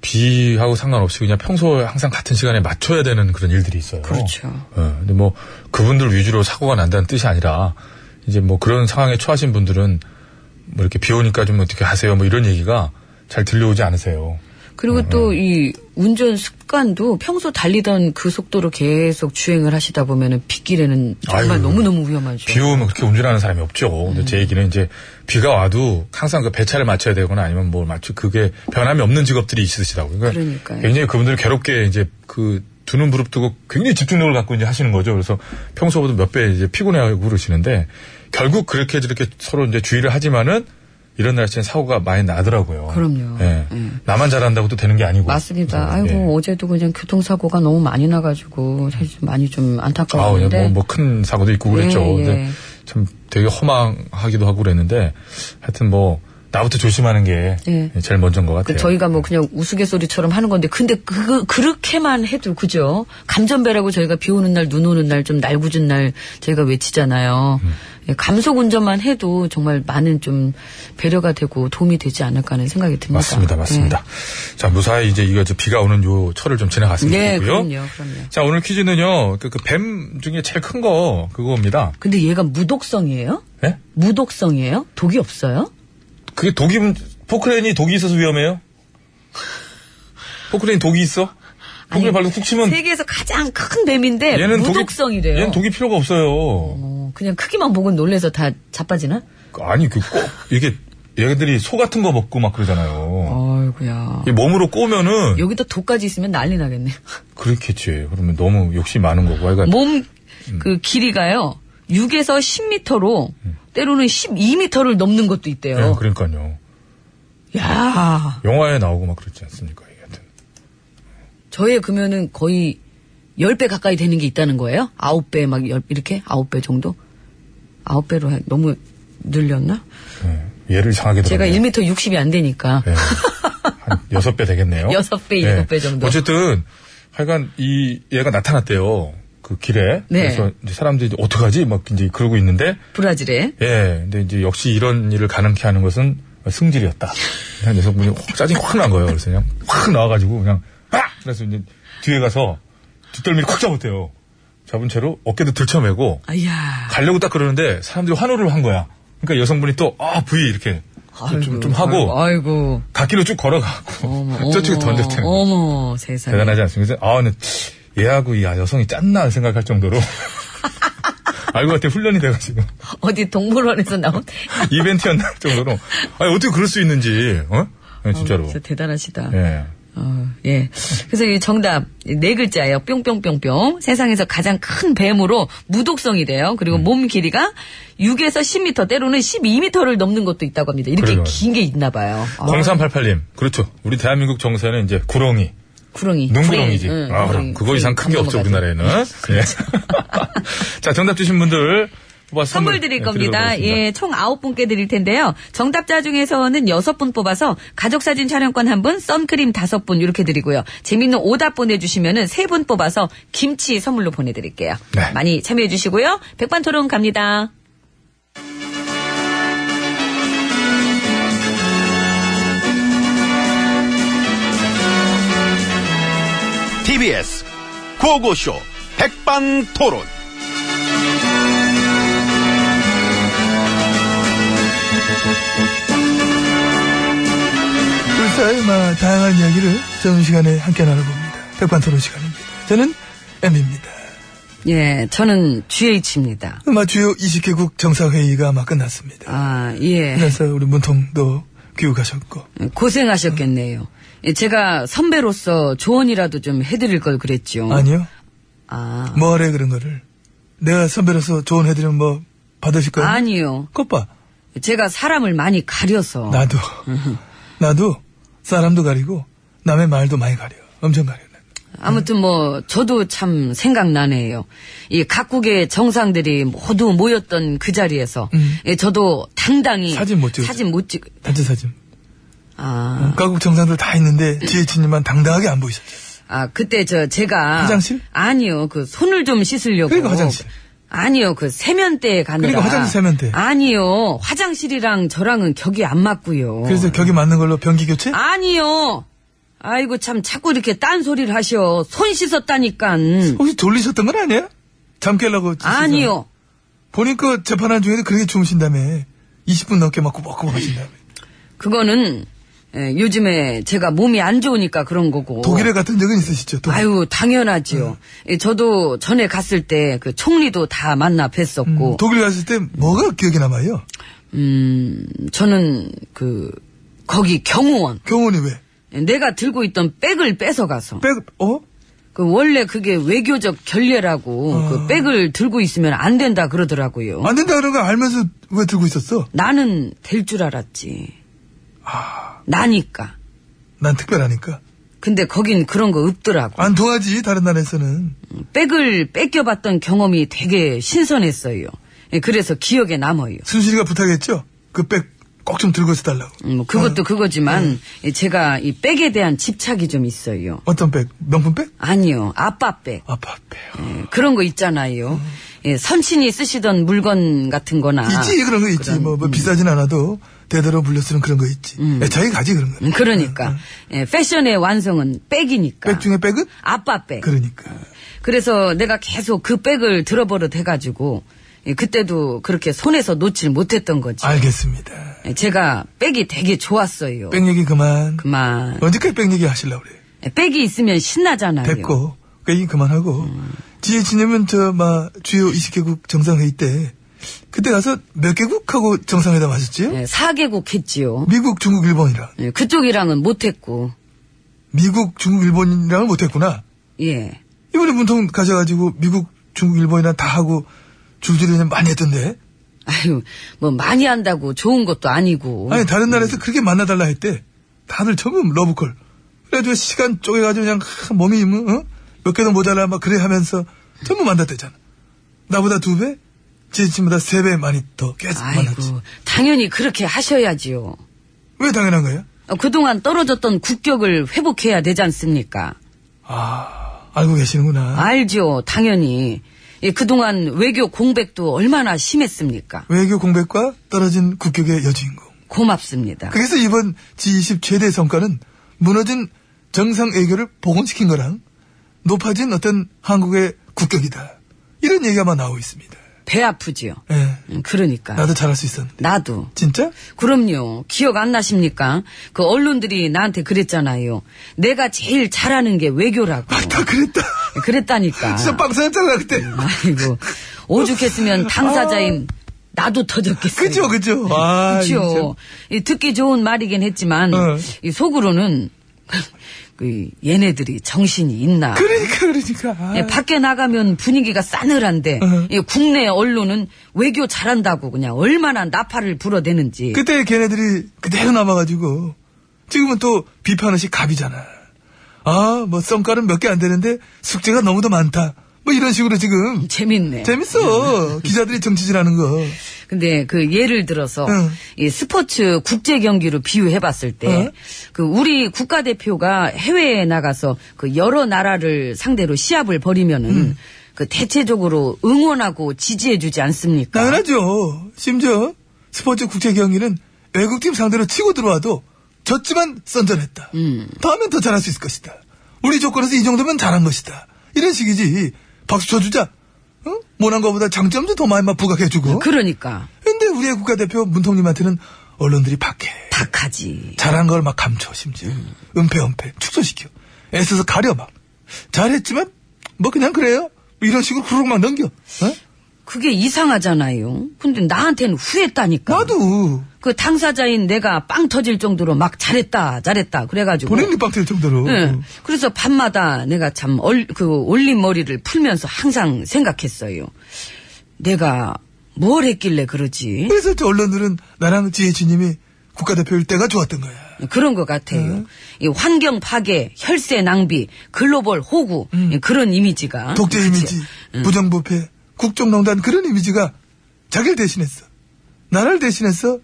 [SPEAKER 1] 비하고 상관없이 그냥 평소 항상 같은 시간에 맞춰야 되는 그런 일들이 있어요.
[SPEAKER 2] 그렇죠.
[SPEAKER 1] 예, 근데 뭐 그분들 위주로 사고가 난다는 뜻이 아니라 이제 뭐 그런 상황에 처하신 분들은 뭐 이렇게 비 오니까 좀 어떻게 하세요? 뭐 이런 얘기가 잘 들려오지 않으세요.
[SPEAKER 2] 그리고 또 이 운전 습관도 평소 달리던 그 속도로 계속 주행을 하시다 보면은 빗길에는 정말
[SPEAKER 1] 아유,
[SPEAKER 2] 너무너무 위험하죠.
[SPEAKER 1] 비 오면 그렇게 운전하는 사람이 없죠. 근데
[SPEAKER 2] 음.
[SPEAKER 1] 제 얘기는 이제 비가 와도 항상 그 배차를 맞춰야 되거나 아니면 뭘 맞추 그게 변함이 없는 직업들이 있으시다고. 그러니까
[SPEAKER 2] 그러니까요.
[SPEAKER 1] 굉장히 그분들을 괴롭게 이제 그 두 눈 부릅뜨고 굉장히 집중력을 갖고 이제 하시는 거죠. 그래서 평소보다 몇 배 이제 피곤해하고 그러시는데 결국 그렇게 저렇게 서로 이제 주의를 하지만은 이런 날씨엔 사고가 많이 나더라고요.
[SPEAKER 2] 그럼요.
[SPEAKER 1] 예.
[SPEAKER 2] 예.
[SPEAKER 1] 나만 잘한다고 또 되는 게 아니고.
[SPEAKER 2] 맞습니다.
[SPEAKER 1] 그래서,
[SPEAKER 2] 아이고
[SPEAKER 1] 예.
[SPEAKER 2] 어제도 그냥 교통사고가 너무 많이 나가지고 사실 좀 많이 좀
[SPEAKER 1] 아우,
[SPEAKER 2] 안타까웠는데
[SPEAKER 1] 뭐, 뭐 큰 사고도 있고 그랬죠.
[SPEAKER 2] 예, 예.
[SPEAKER 1] 근데 참 되게 허망하기도 하고 그랬는데 하여튼 뭐 나부터 조심하는 게
[SPEAKER 2] 예.
[SPEAKER 1] 제일 먼저인 것
[SPEAKER 2] 그
[SPEAKER 1] 같아요.
[SPEAKER 2] 저희가 뭐 그냥 우스갯소리처럼 하는 건데 근데 그 그렇게만 해도 그죠? 감전배라고 저희가 비 오는 날, 눈 오는 날, 좀 날궂은 날 저희가 외치잖아요.
[SPEAKER 1] 음.
[SPEAKER 2] 예, 감속 운전만 해도 정말 많은 좀 배려가 되고 도움이 되지 않을까 하는 생각이 듭니다.
[SPEAKER 1] 맞습니다, 맞습니다. 자 무사히 이제 이거 저 비가 오는 요 철을 좀 지나갔으면
[SPEAKER 2] 예. 네,
[SPEAKER 1] 좋겠고요.
[SPEAKER 2] 그럼요, 그럼요.
[SPEAKER 1] 자 오늘 퀴즈는요 그, 그 뱀 중에 제일 큰 거 그거입니다.
[SPEAKER 2] 근데 얘가 무독성이에요?
[SPEAKER 1] 예?
[SPEAKER 2] 무독성이에요? 독이 없어요?
[SPEAKER 1] 그게 독이 포크레인이 독이 있어서 위험해요? 포크레인 독이 있어? 포크레인 발로 훅 치면
[SPEAKER 2] 세계에서 가장 큰 뱀인데
[SPEAKER 1] 얘는
[SPEAKER 2] 무독성이래요.
[SPEAKER 1] 독이 얘는 독이 필요가 없어요.
[SPEAKER 2] 어, 그냥 크기만 보고 놀래서 다 자빠지나?
[SPEAKER 1] 아니 그 꼭 이게 얘들이 소 같은 거 먹고 막 그러잖아요.
[SPEAKER 2] 아이고야.
[SPEAKER 1] 이 몸으로 꼬면은
[SPEAKER 2] 여기다 독까지 있으면 난리 나겠네.
[SPEAKER 1] 그렇겠지. 그러면 너무 욕심이 많은 거고. 그러니까
[SPEAKER 2] 몸, 그 길이가요, 6에서 10m로, 때로는 12m를 넘는 것도 있대요.
[SPEAKER 1] 음. 예, 그러니까요.
[SPEAKER 2] 야
[SPEAKER 1] 영화에 나오고 막 그렇지 않습니까? 이게 하여튼.
[SPEAKER 2] 저의 그러면은 거의 10배 가까이 되는 게 있다는 거예요? 9배 막, 열 이렇게? 9배 정도? 9배로 너무 늘렸나?
[SPEAKER 1] 예, 얘를 이상하게 들어.
[SPEAKER 2] 제가 1m 60이 안 되니까.
[SPEAKER 1] 예. 한 여섯 배 되겠네요.
[SPEAKER 2] [laughs] 여섯 배,
[SPEAKER 1] 예.
[SPEAKER 2] 일곱 배 정도.
[SPEAKER 1] 어쨌든 하여간 이 얘가 나타났대요. 그 길에.
[SPEAKER 2] 네.
[SPEAKER 1] 그래서 이제 사람들이 이제 어떡하지? 막 이제 그러고 있는데
[SPEAKER 2] 브라질에.
[SPEAKER 1] 예. 근데 이제 역시 이런 일을 가능케 하는 것은 승질이었다. 한 녀석분이 확 짜증이 확 난 거예요. 그래서 그냥 확 나와가지고 그냥 아! 그래서 이제 뒤에 가서 뒷덜미를 콱 잡았대요. 잡은 채로 어깨도 들쳐매고
[SPEAKER 2] 아야
[SPEAKER 1] 가려고 딱 그러는데 사람들이 환호를 한 거야. 그러니까 여성분이 또 아, 부이 이렇게 좀, 좀, 좀 하고
[SPEAKER 2] 아이고.
[SPEAKER 1] 갓길로 쭉 걸어가고
[SPEAKER 2] 어머,
[SPEAKER 1] [laughs] 저쪽에
[SPEAKER 2] 어머,
[SPEAKER 1] 던졌대요.
[SPEAKER 2] 어머, 세상에.
[SPEAKER 1] 대단하지 않습니까? 그래서 아, 근데 얘하고 이 아, 여성이 짠나 생각할 정도로 [laughs] 알고 봤더니 훈련이 돼가지고
[SPEAKER 2] 어디 동물원에서 나온?
[SPEAKER 1] [laughs] 이벤트였나 할 정도로 아니 어떻게 그럴 수 있는지 어 예, 진짜로
[SPEAKER 2] 어, 진짜 대단하시다.
[SPEAKER 1] 예
[SPEAKER 2] 어, 예. 그래서 이 정답 네 글자예요. 뿅뿅뿅뿅. 세상에서 가장 큰 뱀으로 무독성이래요.
[SPEAKER 1] 음.
[SPEAKER 2] 그리고 몸 길이가 6에서 10m 때로는 12m를 넘는 것도 있다고 합니다. 이렇게
[SPEAKER 1] 그래요.
[SPEAKER 2] 긴 게 있나 봐요. 아,
[SPEAKER 1] 0388님 그렇죠 우리 대한민국 정서는 이제 구렁이
[SPEAKER 2] 구렁이.
[SPEAKER 1] 눈구렁이지
[SPEAKER 2] 구렁이. 응,
[SPEAKER 1] 아 그럼
[SPEAKER 2] 구렁이.
[SPEAKER 1] 그거 이상 큰 게
[SPEAKER 2] 안
[SPEAKER 1] 없죠
[SPEAKER 2] 넘어가죠.
[SPEAKER 1] 우리나라에는
[SPEAKER 2] [laughs]
[SPEAKER 1] 예. [laughs] 자 정답 주신 분들 뽑아
[SPEAKER 2] 선물 드릴
[SPEAKER 1] 네,
[SPEAKER 2] 겁니다.
[SPEAKER 1] 드리도록 하겠습니다.
[SPEAKER 2] 예, 총 9분께 드릴 텐데요. 정답자 중에서는 6분 뽑아서 가족사진 촬영권 1분, 선크림 5분 이렇게 드리고요. 재밌는 오답 보내주시면 은 3분 뽑아서 김치 선물로 보내드릴게요.
[SPEAKER 1] 네.
[SPEAKER 2] 많이 참여해 주시고요. 백반토론 갑니다.
[SPEAKER 7] TBS 고고쇼 백반토론.
[SPEAKER 5] 불사의 마- 다양한 이야기를 점심시간에 함께 나눠봅니다. 백반토론 시간입니다. 저는 엠비입니다.
[SPEAKER 2] 예, 저는 GH입니다.
[SPEAKER 5] 아마 주요 20개국 정상회의가 아마 끝났습니다.
[SPEAKER 2] 아, 예.
[SPEAKER 5] 그래서 우리 문통도 귀국하셨고.
[SPEAKER 2] 고생하셨겠네요. 예, 제가 선배로서 조언이라도 좀 해드릴 걸 그랬죠.
[SPEAKER 5] 아니요.
[SPEAKER 2] 아,
[SPEAKER 5] 뭐하래 그런 거를. 내가 선배로서 조언해드리면 뭐 받으실 거예요?
[SPEAKER 2] 아니요.
[SPEAKER 5] 것 봐.
[SPEAKER 2] 제가 사람을 많이 가려서. [laughs]
[SPEAKER 5] 나도. 나도 사람도 가리고 남의 말도 많이 가려. 엄청 가려.
[SPEAKER 2] 아무튼 뭐 저도 참 생각나네요. 이 각국의 정상들이 모두 모였던 그 자리에서
[SPEAKER 5] 음.
[SPEAKER 2] 예, 저도 당당히
[SPEAKER 5] 사진 못 찍었죠. 어?
[SPEAKER 2] 사진 못 찍.
[SPEAKER 5] 단체 사진.
[SPEAKER 2] 아,
[SPEAKER 5] 가국 정상들 다 있는데 지혜진님만 당당하게 안 보이셨죠.
[SPEAKER 2] 아 그때 저 제가
[SPEAKER 5] 화장실?
[SPEAKER 2] 아니요 그 손을 좀 씻으려고.
[SPEAKER 5] 그러니까 화장실.
[SPEAKER 2] 아니요 그 세면대에 가느라.
[SPEAKER 5] 그러니까 화장실 세면대.
[SPEAKER 2] 아니요 화장실이랑 저랑은 격이 안 맞고요.
[SPEAKER 5] 그래서 격이 맞는 걸로 변기 교체?
[SPEAKER 2] 아니요. 아이고 참 자꾸 이렇게 딴 소리를 하셔. 손 씻었다니깐.
[SPEAKER 5] 혹시 졸리셨던 건 아니에요? 잠 깨려고. 지시잖아.
[SPEAKER 2] 아니요.
[SPEAKER 5] 보니까 재판한 중에도 그렇게 주무신다며. 20분 넘게 막 꾸벅꾸벅 하신다며.
[SPEAKER 2] 그거는 예, 요즘에 제가 몸이 안 좋으니까 그런 거고.
[SPEAKER 5] 독일에 음. 갔던 적은 있으시죠? 독일.
[SPEAKER 2] 어. 아유 당연하지요. 예, 저도 전에 갔을 때 그 총리도 다 만나
[SPEAKER 5] 음,
[SPEAKER 2] 뵀었고.
[SPEAKER 5] 독일 갔을 때 뭐가 기억에 남아요?
[SPEAKER 2] 음, 저는 그 거기 경호원
[SPEAKER 5] 경호원이 왜?
[SPEAKER 2] 예, 내가 들고 있던 백을 뺏어 가서.
[SPEAKER 5] 백, 어?
[SPEAKER 2] 그 원래 그게 외교적 결례라고 그 백을 들고 있으면 안 된다 그러더라고요.
[SPEAKER 5] 어. 안 된다 그런 거 알면서 왜 들고 있었어?
[SPEAKER 2] 나는 될 줄 알았지.
[SPEAKER 5] 아.
[SPEAKER 2] 나니까.
[SPEAKER 5] 난 특별하니까.
[SPEAKER 2] 근데 거긴 그런 거 없더라고.
[SPEAKER 5] 안 통하지, 다른 나라에서는.
[SPEAKER 2] 백을 뺏겨봤던 경험이 되게 신선했어요. 예, 그래서 기억에 남아요.
[SPEAKER 5] 순실이가 부탁했죠? 그 백 꼭 좀 들고 있어달라고. 아,
[SPEAKER 2] 음, 뭐 그것도
[SPEAKER 5] 네.
[SPEAKER 2] 그거지만 예, 제가 이 백에 대한 집착이 좀 있어요.
[SPEAKER 5] 어떤 백? 명품 백?
[SPEAKER 2] 아니요, 아빠 백
[SPEAKER 5] 아빠 백.
[SPEAKER 2] 예, 그런 거 있잖아요. 예, 선친이 쓰시던 물건 같은 거나
[SPEAKER 5] 있지 그런 거 있지 뭐,
[SPEAKER 2] 음.
[SPEAKER 5] 뭐 비싸진 않아도 대대로 물려 쓰는 그런 거 있지 애착이 가지 그런 거
[SPEAKER 2] 음, 그러니까 예, 패션의 완성은 백이니까
[SPEAKER 5] 백 네, 중에 백은
[SPEAKER 2] 아빠 네. 음. 백
[SPEAKER 5] 그러니까
[SPEAKER 2] 그래서 내가 계속 그 백을 들어버릇 해가지고 예, 그때도 그렇게 손에서 놓질 못했던 거지.
[SPEAKER 5] 알겠습니다
[SPEAKER 2] 예, 제가 백이 되게 좋았어요.
[SPEAKER 5] 백 얘기 그만
[SPEAKER 2] 그만
[SPEAKER 5] 언제까지 백 얘기 하실라 그래
[SPEAKER 2] 예, 백이 있으면 신나잖아요. 음.
[SPEAKER 5] 됐고 그 얘기 그만하고 지혜진님은 저 막 주요 20개국 정상회의 때 그때 가서 몇 개국하고 정상회담 하셨지요?
[SPEAKER 2] 예, 4개국 했지요.
[SPEAKER 5] 미국 중국 일본이랑
[SPEAKER 2] 예, 그쪽이랑은 못했고
[SPEAKER 5] 미국 중국 일본이랑을 못했구나
[SPEAKER 2] 예.
[SPEAKER 5] 이번에 문통 가셔가지고 미국 중국 일본이랑 다 하고 줄줄이 그냥 많이 했던데
[SPEAKER 2] 아유 뭐 많이 한다고 좋은 것도 아니고
[SPEAKER 5] 어. 아니 다른 나라에서 그렇게 만나달라 했대. 다들 전부 러브콜. 그래도 시간 쪼개가지고 그냥 하, 몸이 뭐, 어? 몇 개도 모자라 막 그래 하면서 전부 만났대잖아. 나보다 두 배, 지혜친보다 세 배 많이 더 계속 만났지.
[SPEAKER 2] 아이고 당연히 그렇게 하셔야지요.
[SPEAKER 5] 왜 당연한 거야?
[SPEAKER 2] 어, 그동안 떨어졌던 국격을 회복해야 되지 않습니까?
[SPEAKER 5] 알고 계시는구나.
[SPEAKER 2] 아. 알죠, 당연히. 예, 그동안 외교 공백도 얼마나 심했습니까?
[SPEAKER 5] 외교 공백과 떨어진 국격의 여주인공.
[SPEAKER 2] 고맙습니다.
[SPEAKER 5] 그래서 이번 G20 최대 성과는 무너진 정상 외교를 복원시킨 거랑 높아진 어떤 한국의 국격이다. 이런 얘기가 막 나오고 있습니다.
[SPEAKER 2] 배 아프지요.
[SPEAKER 5] 예.
[SPEAKER 2] 음, 그러니까.
[SPEAKER 5] 나도 잘할 수 있었는데.
[SPEAKER 2] 나도.
[SPEAKER 5] 진짜?
[SPEAKER 2] 그럼요. 기억 안 나십니까? 그 언론들이 나한테 그랬잖아요. 내가 제일 잘하는 게
[SPEAKER 5] [laughs]
[SPEAKER 2] 외교라고.
[SPEAKER 5] 다 그랬다.
[SPEAKER 2] 그랬다니까.
[SPEAKER 5] 진짜 빵사였잖아 그때.
[SPEAKER 2] 아이고. 오죽했으면 당사자인 나도 터졌겠어요.
[SPEAKER 5] 그죠 그죠. 아,
[SPEAKER 2] 그렇죠. 이 듣기 좋은 말이긴 했지만
[SPEAKER 5] 어.
[SPEAKER 2] 이 속으로는 그 얘네들이 정신이 있나.
[SPEAKER 5] 그러니까 그러니까. 아,
[SPEAKER 2] 예, 밖에 나가면 분위기가 싸늘한데
[SPEAKER 5] 어.
[SPEAKER 2] 이 국내 언론은 외교 잘한다고 그냥 얼마나 나팔을 불어대는지.
[SPEAKER 5] 그때 걔네들이 그대로 남아가지고 지금은 또 비판의식 갑이잖아. 아뭐 썸깔은 몇 개 안 되는데 숙제가 너무도 많다. 뭐 이런 식으로 지금
[SPEAKER 2] 재밌네.
[SPEAKER 5] 재밌어 기자들이 정치질하는 거.
[SPEAKER 2] 근데 그 예를 들어서
[SPEAKER 5] 응.
[SPEAKER 2] 이 스포츠 국제 경기로 비유해 봤을 때
[SPEAKER 5] 응.
[SPEAKER 2] 그 우리 국가대표가 해외에 나가서 그 여러 나라를 상대로 시합을 벌이면은 그 대체적으로 응원하고 지지해 주지 않습니까?
[SPEAKER 5] 아, 당연하죠. 심지어 스포츠 국제 경기는 외국팀 상대로 치고 들어와도 졌지만 선전했다. 다음엔 더 잘할 수 있을 것이다. 우리 조건에서 이 정도면 잘한 것이다. 이런 식이지. 박수 쳐주자. 응? 못한 것보다 장점도 더 많이 막 부각해주고.
[SPEAKER 2] 그러니까
[SPEAKER 5] 근데 우리의 국가대표 문통님한테는 언론들이 박해.
[SPEAKER 2] 박하지.
[SPEAKER 5] 잘한 걸 막 감춰, 심지어.
[SPEAKER 2] 음.
[SPEAKER 5] 은폐, 은폐. 축소시켜. 애써서 가려, 막. 잘했지만, 뭐 그냥 그래요. 뭐 이런 식으로 후루룩 막 넘겨. 어?
[SPEAKER 2] 그게 이상하잖아요. 근데 나한테는 후회했다니까.
[SPEAKER 5] 나도
[SPEAKER 2] 그 당사자인 내가 빵 터질 정도로 막 잘했다, 잘했다. 그래가지고.
[SPEAKER 5] 본인이 빵 터질 정도로.
[SPEAKER 2] 예. 그래서 밤마다 내가 참, 얼, 그, 올린 머리를 풀면서 항상 생각했어요. 내가 뭘 했길래 그러지?
[SPEAKER 5] 그래서 저 언론들은 나랑 지혜진님이 국가대표일 때가 좋았던 거야.
[SPEAKER 2] 그런 것 같아요.
[SPEAKER 5] 음.
[SPEAKER 2] 이 환경 파괴, 혈세 낭비, 글로벌 호구, 예, 그런 이미지가.
[SPEAKER 5] 음. 독재
[SPEAKER 2] 그치?
[SPEAKER 5] 이미지,
[SPEAKER 2] 음.
[SPEAKER 5] 부정부패, 국정농단 그런 이미지가 자기를 대신했어. 나를 대신해서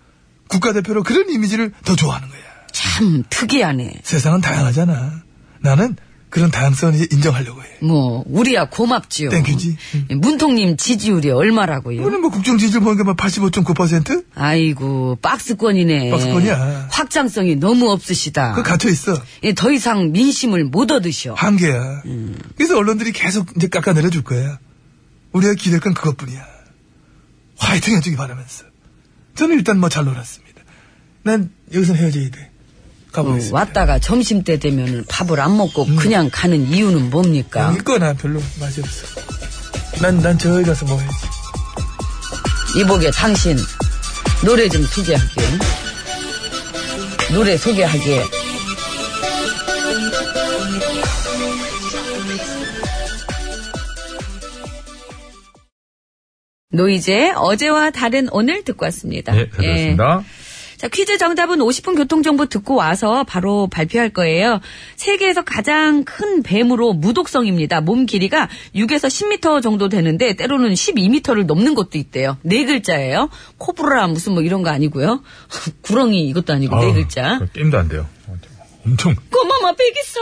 [SPEAKER 5] 국가대표로 그런 이미지를 더 좋아하는 거야.
[SPEAKER 2] 참 특이하네.
[SPEAKER 5] 세상은 다양하잖아. 나는 그런 다양성을 이제 인정하려고 해.
[SPEAKER 2] 뭐, 우리야 고맙지요.
[SPEAKER 5] 땡큐지. 음.
[SPEAKER 2] 예, 문통님 지지율이 얼마라고요?
[SPEAKER 5] 이번에 뭐 국정지지를 보니까 85.9%?
[SPEAKER 2] 아이고, 박스권이네.
[SPEAKER 5] 박스권이야.
[SPEAKER 2] 확장성이 너무 없으시다.
[SPEAKER 5] 그거 갇혀있어.
[SPEAKER 2] 예, 더 이상 민심을 못 얻으셔.
[SPEAKER 5] 어. 한계야. 그래서 언론들이 계속 이제 깎아내려줄 거야. 우리가 기댈 건 그것뿐이야. 화이팅 해주기 바라면서. 저는 일단 뭐 잘 놀았습니다. 난 여기서 헤어져야 돼.
[SPEAKER 2] 어,
[SPEAKER 5] 가보겠습니다.
[SPEAKER 2] 왔다가 점심 때 되면 밥을 안 먹고
[SPEAKER 1] 음.
[SPEAKER 2] 그냥 가는 이유는 뭡니까?
[SPEAKER 5] 여기 거나 별로 맛이 없어. 난, 난 저기 가서 뭐 먹어야지.
[SPEAKER 2] 이보게 당신 노래 좀 소개하게. 노래 소개하게. 노이제 어제와 다른 오늘 듣고 왔습니다.
[SPEAKER 1] 예, 잘 들었습니다.
[SPEAKER 2] 자, 퀴즈 정답은 50분 교통정보 듣고 와서 바로 발표할 거예요. 세계에서 가장 큰 뱀으로 무독성입니다. 몸 길이가 6에서 10m 정도 되는데 때로는 12m를 넘는 것도 있대요. 네 글자예요. 코브라 무슨 뭐 이런 거 아니고요. [laughs] 구렁이 이것도 아니고 네
[SPEAKER 1] 아우,
[SPEAKER 2] 글자.
[SPEAKER 1] 그거 게임도 안 돼요. 엄청.
[SPEAKER 2] 고마마 백있어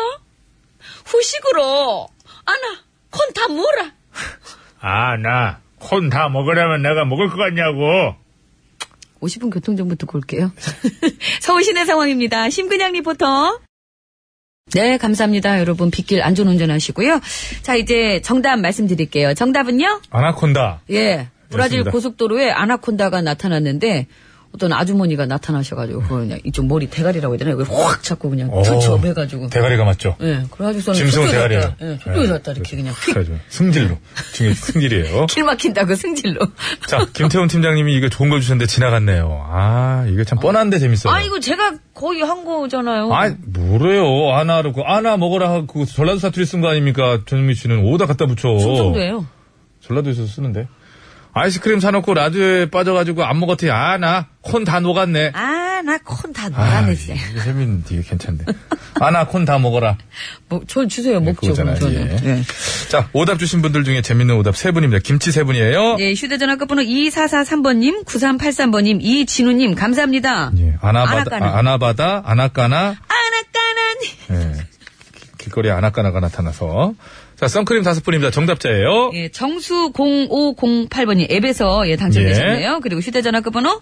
[SPEAKER 2] 후식으로 아나 콘 다 모라.
[SPEAKER 1] 아, 나, 콘 다 먹으려면 내가 먹을 것 같냐고.
[SPEAKER 2] 50분 교통정보 듣고 올게요. [laughs] 서울 시내 상황입니다. 심근양 리포터. 네, 감사합니다. 여러분, 빗길 안전 운전하시고요. 자, 이제 정답 말씀드릴게요. 정답은요?
[SPEAKER 1] 아나콘다.
[SPEAKER 2] 예. 브라질
[SPEAKER 1] 그렇습니다.
[SPEAKER 2] 고속도로에 아나콘다가 나타났는데, 어떤 아주머니가 나타나셔가지고, 그걸 그냥 이쪽 머리 대가리라고 해야 되나? 이걸 확 잡고 그냥
[SPEAKER 1] 오.
[SPEAKER 2] 투첩 해가지고.
[SPEAKER 1] 어. 대가리가 맞죠?
[SPEAKER 2] 예, 그래가지고서는.
[SPEAKER 1] 짐승
[SPEAKER 2] 저쪽에
[SPEAKER 1] 대가리예요.
[SPEAKER 2] 갔다, 예, 저쪽에 갔다 이렇게 그냥
[SPEAKER 1] 네,
[SPEAKER 2] 휙. 네.
[SPEAKER 1] 그래가지고 그렇죠. 승질로. 중에
[SPEAKER 2] [laughs]
[SPEAKER 1] 승질이에요.
[SPEAKER 2] 길 막힌다고 승질로.
[SPEAKER 1] 자, 김태훈 팀장님이 이거 좋은 걸 주셨는데 지나갔네요. 아, 이게 참 뻔한데 재밌어요.
[SPEAKER 2] 아, 이거 제가 거의 한 거잖아요.
[SPEAKER 1] 아이, 뭐래요. 아나를, 그, 아나 먹어라 하고 그 전라도 사투리 쓴 거 아닙니까? 전현미 씨는 오다 갖다 붙여.
[SPEAKER 2] 충청도예요
[SPEAKER 1] 전라도에서 쓰는데. 아이스크림 사놓고 라디오에 빠져가지고 안 먹었더니, 아, 나, 콘 다 녹았네.
[SPEAKER 2] 아, 나 콘 다 놀아내, 지
[SPEAKER 1] 이거 재밌는데, 이거 괜찮네. 아, 나, 콘 다 먹어라.
[SPEAKER 2] 뭐, 저 주세요.
[SPEAKER 1] 네,
[SPEAKER 2] 먹죠,
[SPEAKER 1] 그거잖아요,
[SPEAKER 2] 그럼 저는.
[SPEAKER 1] 예.
[SPEAKER 2] 예.
[SPEAKER 1] 자, 오답 주신 분들 중에 재밌는 오답 세 분입니다. 김치 세 분이에요.
[SPEAKER 2] 예, 휴대전화 끝번호 2443번님, 9383번님, 이진우님, 감사합니다.
[SPEAKER 1] 예, 아나바다,
[SPEAKER 2] 아나까나.
[SPEAKER 1] 아, 아나바다, 아나까나,
[SPEAKER 2] 아나까나니.
[SPEAKER 1] 예. 길거리에 아나까나가 나타나서. 자, 선크림 다섯 분입니다. 정답자예요.
[SPEAKER 2] 예, 정수 0508번님, 앱에서 예, 당첨되셨네요. 그리고 휴대전화 끝번호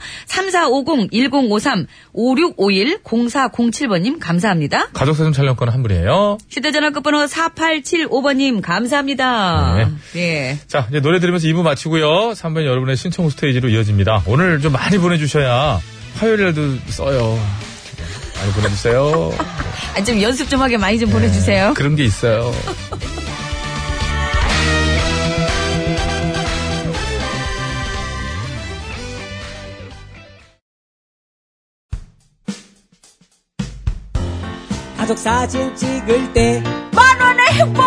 [SPEAKER 2] 3450-1053-5651-0407번님, 감사합니다.
[SPEAKER 1] 가족사진 촬영권 한 분이에요.
[SPEAKER 2] 휴대전화 끝번호 4875번님, 감사합니다.
[SPEAKER 1] 네.
[SPEAKER 2] 예.
[SPEAKER 1] 자, 이제 노래 들으면서 2부 마치고요. 3번 여러분의 신청 스테이지로 이어집니다. 오늘 좀 많이 보내주셔야 화요일에도 써요. 많이 보내주세요.
[SPEAKER 2] 아, 좀 연습 좀 하게 많이 좀 보내주세요.
[SPEAKER 1] 네. 그런 게 있어요.
[SPEAKER 8] 가족 사진 찍을 때
[SPEAKER 2] 만원의 행복!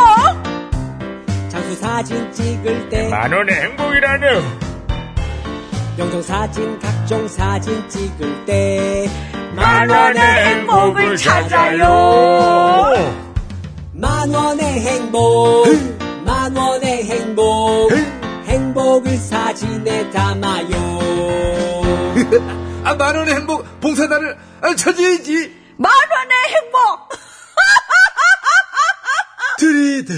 [SPEAKER 8] 장수 사진 찍을 때
[SPEAKER 1] 만원의 행복이라는
[SPEAKER 8] 영정 사진 각종 사진 찍을 때 만원의 행복을 찾아요 만원의 행복 만원의 행복 행복을 사진에 담아요
[SPEAKER 5] 아, 만원의 행복, 봉사단을 아, 찾아야지.
[SPEAKER 2] 만원의 행복!
[SPEAKER 5] 드리드.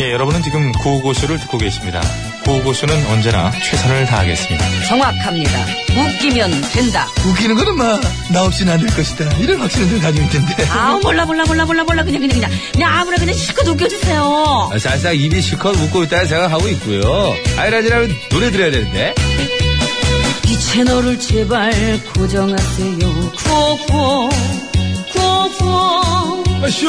[SPEAKER 1] 예, 여러분은 지금 구호고쇼를 듣고 계십니다. 고고쇼는 언제나 최선을 다하겠습니다.
[SPEAKER 9] 정확합니다. 웃기면 된다.
[SPEAKER 5] 웃기는 거는 막, 나 없이는 안 될 것이다. 이런 확신을 늘 가지고 있던데.
[SPEAKER 9] 아우 몰라 몰라 몰라 몰라 몰라 그냥 그냥 그냥 그냥 아무나 그냥 실컷 웃겨주세요.
[SPEAKER 10] 아, 사실상 입이 실컷 웃고 있다는 생각하고 있고요. 아이라지라면 노래 들어야 되는데.
[SPEAKER 9] 이 채널을 제발 고정하세요. 구호구호 구호구호
[SPEAKER 5] 아시오!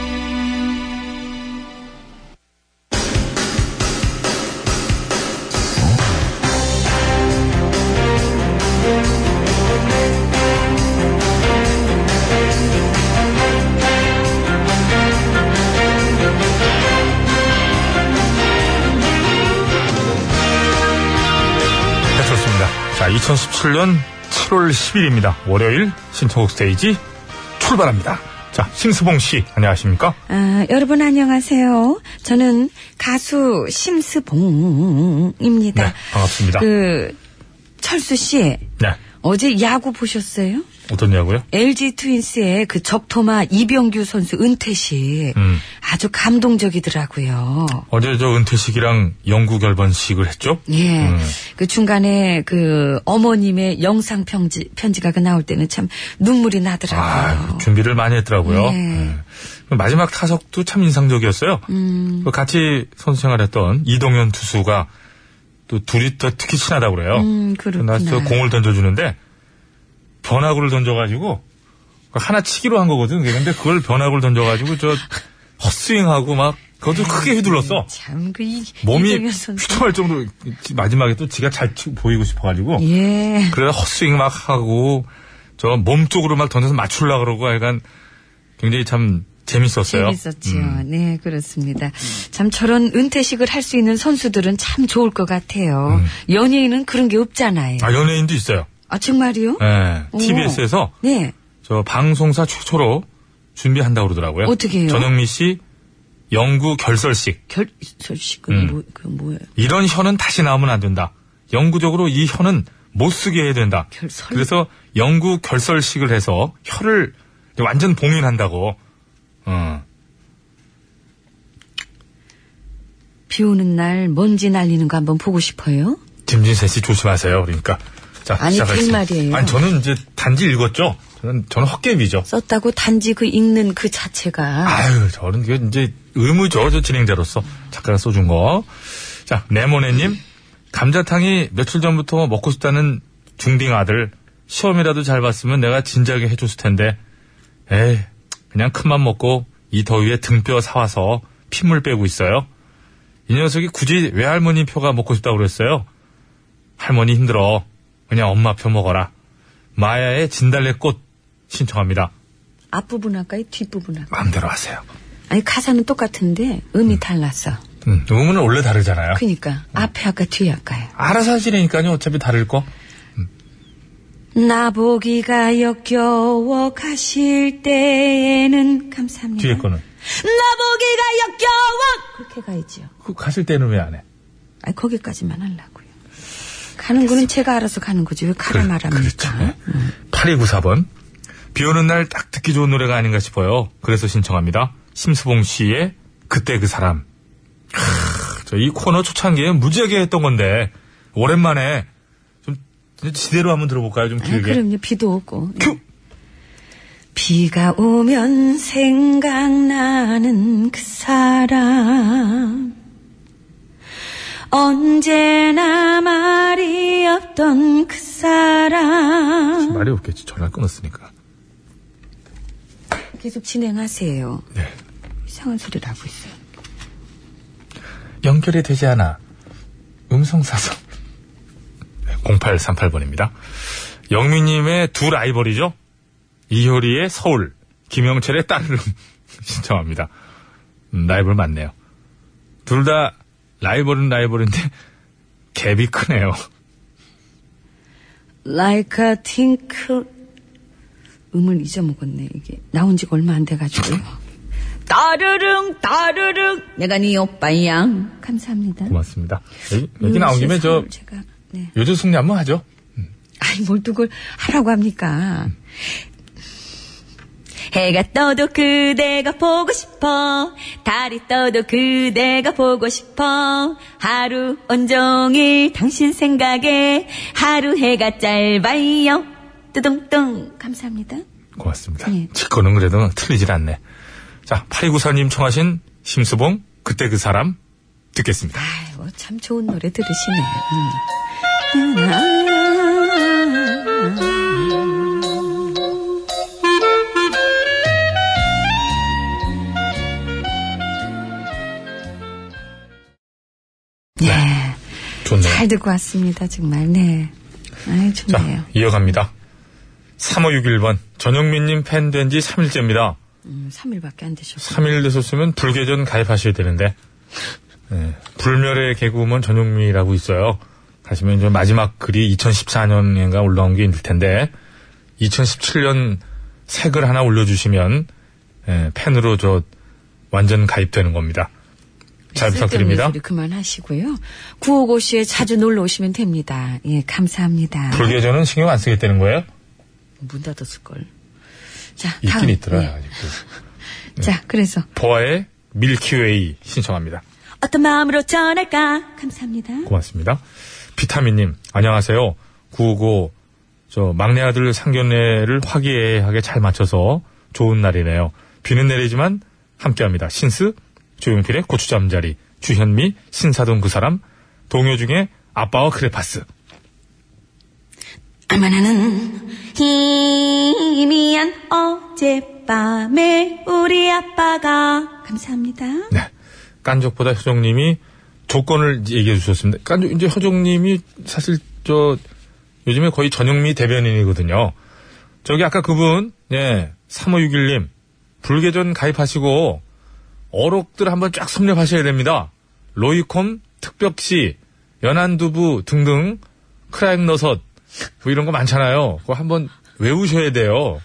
[SPEAKER 1] 배철수입니다. 네, 자, 2017년 7월 10일입니다. 월요일 신청곡 스테이지 출발합니다. 자, 심수봉 씨, 안녕하십니까?
[SPEAKER 2] 아, 여러분 안녕하세요. 저는 가수 심스봉입니다.
[SPEAKER 1] 네, 반갑습니다.
[SPEAKER 2] 그 철수 씨
[SPEAKER 1] 네.
[SPEAKER 2] 어제 야구 보셨어요?
[SPEAKER 1] 어떻냐고요?
[SPEAKER 2] LG 트윈스의 그 적토마 이병규 선수 은퇴식
[SPEAKER 1] 음.
[SPEAKER 2] 아주 감동적이더라고요.
[SPEAKER 1] 어제 저 은퇴식이랑 영구 결번식을 했죠?
[SPEAKER 2] 예.
[SPEAKER 1] 음.
[SPEAKER 2] 그 중간에 그 어머님의 영상 편지 편지가 그 나올 때는 참 눈물이 나더라고요.
[SPEAKER 1] 아, 준비를 많이 했더라고요.
[SPEAKER 2] 네.
[SPEAKER 1] 음. 마지막 타석도 참 인상적이었어요.
[SPEAKER 2] 음.
[SPEAKER 1] 그 같이 선수 생활했던 이동현 투수가 또 둘이 더 특히 친하다고 그래요.
[SPEAKER 2] 음, 그렇구나.
[SPEAKER 1] 나서 공을 던져주는데 변화구를 던져가지고 하나 치기로 한 거거든. 근데 그걸 변화구를 던져가지고
[SPEAKER 2] [laughs]
[SPEAKER 1] 저 헛스윙하고 막 그것도 크게 휘둘렀어.
[SPEAKER 2] 참그
[SPEAKER 1] 몸이
[SPEAKER 2] 아, 이동현 선수.
[SPEAKER 1] 휘청할 정도로 마지막에 또 지가 잘 치- 보이고 싶어가지고
[SPEAKER 2] 예.
[SPEAKER 1] 그래서 헛스윙 막 하고 저 몸 쪽으로 막 던져서 맞추려 그러고 약간 굉장히 참 재밌었어요. 음.
[SPEAKER 2] 재밌었죠. 네, 그렇습니다. 참 저런 은퇴식을 할 수 있는 선수들은 참 좋을 것 같아요. 연예인은 그런 게 없잖아요.
[SPEAKER 1] 음. 아 연예인도 있어요.
[SPEAKER 2] 아, 정말요?
[SPEAKER 1] 예.
[SPEAKER 2] 오.
[SPEAKER 1] TBS에서
[SPEAKER 2] 네.
[SPEAKER 1] 저 방송사 최초로 준비한다고 그러더라고요.
[SPEAKER 2] 어떻게 해요?
[SPEAKER 1] 전영미 씨 영구 결설식.
[SPEAKER 2] 결설식은
[SPEAKER 1] 음.
[SPEAKER 2] 뭐, 그 뭐예요?
[SPEAKER 1] 이런 혀는 다시 나오면 안 된다. 영구적으로 이 혀는 못 쓰게 해야 된다.
[SPEAKER 2] 결설?
[SPEAKER 1] 그래서 영구 결설식을 해서 혀를 완전 봉인한다고. 어.
[SPEAKER 2] 비 오는 날 먼지 날리는 거 한번 보고 싶어요?
[SPEAKER 1] 김진세 씨 조심하세요. 그러니까 자
[SPEAKER 2] 아니,
[SPEAKER 1] 시작하겠습니다.
[SPEAKER 2] 그 말이에요.
[SPEAKER 1] 아니 저는 이제 단지 읽었죠. 저는 저는 헛개비죠.
[SPEAKER 2] 썼다고 단지 그 읽는 그 자체가
[SPEAKER 1] 아유 저는 이게 이제 의무죠. 저 진행자로서 작가가 써준 거. 자 네모네님 감자탕이 며칠 전부터 먹고 싶다는 중딩 아들 시험이라도 잘 봤으면 내가 진작에 해줬을 텐데. 에이 그냥 큰맘 먹고 이 더위에 등뼈 사와서 핏물 빼고 있어요. 이 녀석이 굳이 외할머니 표가 먹고 싶다고 그랬어요. 할머니 힘들어. 그냥 엄마 표 먹어라. 마야의 진달래 꽃 신청합니다.
[SPEAKER 2] 앞부분 할까요? 뒷부분 할까요?
[SPEAKER 1] 마음대로 하세요.
[SPEAKER 2] 아니, 가사는 똑같은데 음이 달랐어.
[SPEAKER 1] 음, 음은 원래 다르잖아요.
[SPEAKER 2] 그니까
[SPEAKER 1] 음.
[SPEAKER 2] 앞에 할까 뒤에 할까요?
[SPEAKER 1] 알아서 하시니까요. 어차피 다를 거.
[SPEAKER 2] 나보기가 역겨워 가실 때에는 감사합니다.
[SPEAKER 1] 뒤에 거는.
[SPEAKER 2] 나보기가 역겨워 그렇게 가야지요.
[SPEAKER 1] 그 가실 때는 왜 안 해?
[SPEAKER 2] 아니 거기까지만 하려고요. 가는 거는 제가 알아서 가는 거지 왜 가라 그 말합니까?
[SPEAKER 1] 8294번. 그렇죠. 비 오는 날 딱 듣기 좋은 노래가 아닌가 싶어요. 그래서 신청합니다. 심수봉 씨의 그때 그 사람. 크, 저이 코너 초창기에 무지하게 했던 건데, 오랜만에 좀 지대로 한번 들어볼까요? 좀
[SPEAKER 2] 아,
[SPEAKER 1] 길게.
[SPEAKER 2] 그럼요 비도 오고. 네. 비가 오면 생각나는 그 사람 언제나 말이 없던 그 사람
[SPEAKER 1] 말이 없겠지. 전화 끊었으니까.
[SPEAKER 2] 계속 진행하세요.
[SPEAKER 1] 네.
[SPEAKER 2] 이상한 소리를 하고 있어요.
[SPEAKER 1] 연결이 되지 않아. 음성사서. 0838번입니다. 네, 영미님의 두 라이벌이죠? 이효리의 서울, 김영철의 따르름 [laughs] 신청합니다. 음, 라이벌 맞네요. 둘 다 [laughs] 라이벌은 라이벌인데 갭이 크네요.
[SPEAKER 2] Like a tinkle. 음을 잊어먹었네, 이게. 나온 지가 얼마 안 돼가지고. 따르릉, 따르릉. 내가 네 오빠야. 감사합니다.
[SPEAKER 1] 고맙습니다. 얘기,
[SPEAKER 2] 음,
[SPEAKER 1] 얘기 나온 김에 저
[SPEAKER 2] 제가, 네. [laughs]
[SPEAKER 1] 요즘 승리 한번 하죠.
[SPEAKER 2] 아니, 뭘 또 그걸 하라고 합니까? 해가 떠도 그대가 보고 싶어. 달이 떠도 그대가 보고 싶어. 하루 온종일 당신 생각에 하루 해가 짧아요. 뚜둥뚱. 감사합니다.
[SPEAKER 1] 고맙습니다.
[SPEAKER 2] 예.
[SPEAKER 1] 제 거는 그래도 틀리질 않네. 자, 8294님 청하신 심수봉, 그때 그 사람 듣겠습니다.
[SPEAKER 2] 아이고, 참 좋은 노래 아, 들으시네. 음. 예.
[SPEAKER 1] 좋네요.
[SPEAKER 2] 잘 듣고 왔습니다, 정말. 네. 아이,
[SPEAKER 1] 자,
[SPEAKER 2] 좋네요.
[SPEAKER 1] 이어갑니다. 3561번, 전영민님 팬 된 지 3일째입니다.
[SPEAKER 2] 음, 3일밖에 안 되셨어요.
[SPEAKER 1] 3일 되셨으면 불계전 가입하셔야 되는데, 예, 불멸의 개그우먼 전용미라고 있어요. 가시면 이제 마지막 글이 2014년인가 올라온 게 있을 텐데, 2017년 새 글 하나 올려주시면, 예, 팬으로 저 완전 가입되는 겁니다. 잘 부탁드립니다.
[SPEAKER 2] 소리 그만하시고요. 구호고시에 자주 놀러 오시면 됩니다. 예, 감사합니다.
[SPEAKER 1] 불계전은 신경 안 쓰겠다는 거예요?
[SPEAKER 2] 문 닫았을걸. 자, 다음.
[SPEAKER 1] 있긴 있더라. 예.
[SPEAKER 2] 예.
[SPEAKER 1] 아직도.
[SPEAKER 2] 자, 그래서.
[SPEAKER 1] 보아의 밀키웨이 신청합니다.
[SPEAKER 2] 어떤 마음으로 전할까? 감사합니다.
[SPEAKER 1] 고맙습니다. 비타민님, 안녕하세요. 구우고, 저, 막내 아들 상견례를 화기애애하게 잘 맞춰서 좋은 날이네요. 비는 내리지만 함께 합니다. 신스, 조용필의 고추잠자리, 주현미, 신사동 그 사람, 동요 중에 아빠와 크레파스.
[SPEAKER 2] 아마 나는 희미한 어젯밤에 우리 아빠가 감사합니다.
[SPEAKER 1] 네. 깐족보다 효정님이 조건을 얘기해 주셨습니다. 깐족, 이제 효정님이 사실 저, 요즘에 거의 전영미 대변인이거든요. 저기 아까 그분, 예, 3561님, 불계전 가입하시고, 어록들 한번 쫙 섭렵하셔야 됩니다. 로이콤, 특벽시, 연안두부 등등, 크라잉너섯, 뭐 이런 거 많잖아요. 그거 한번 외우셔야 돼요.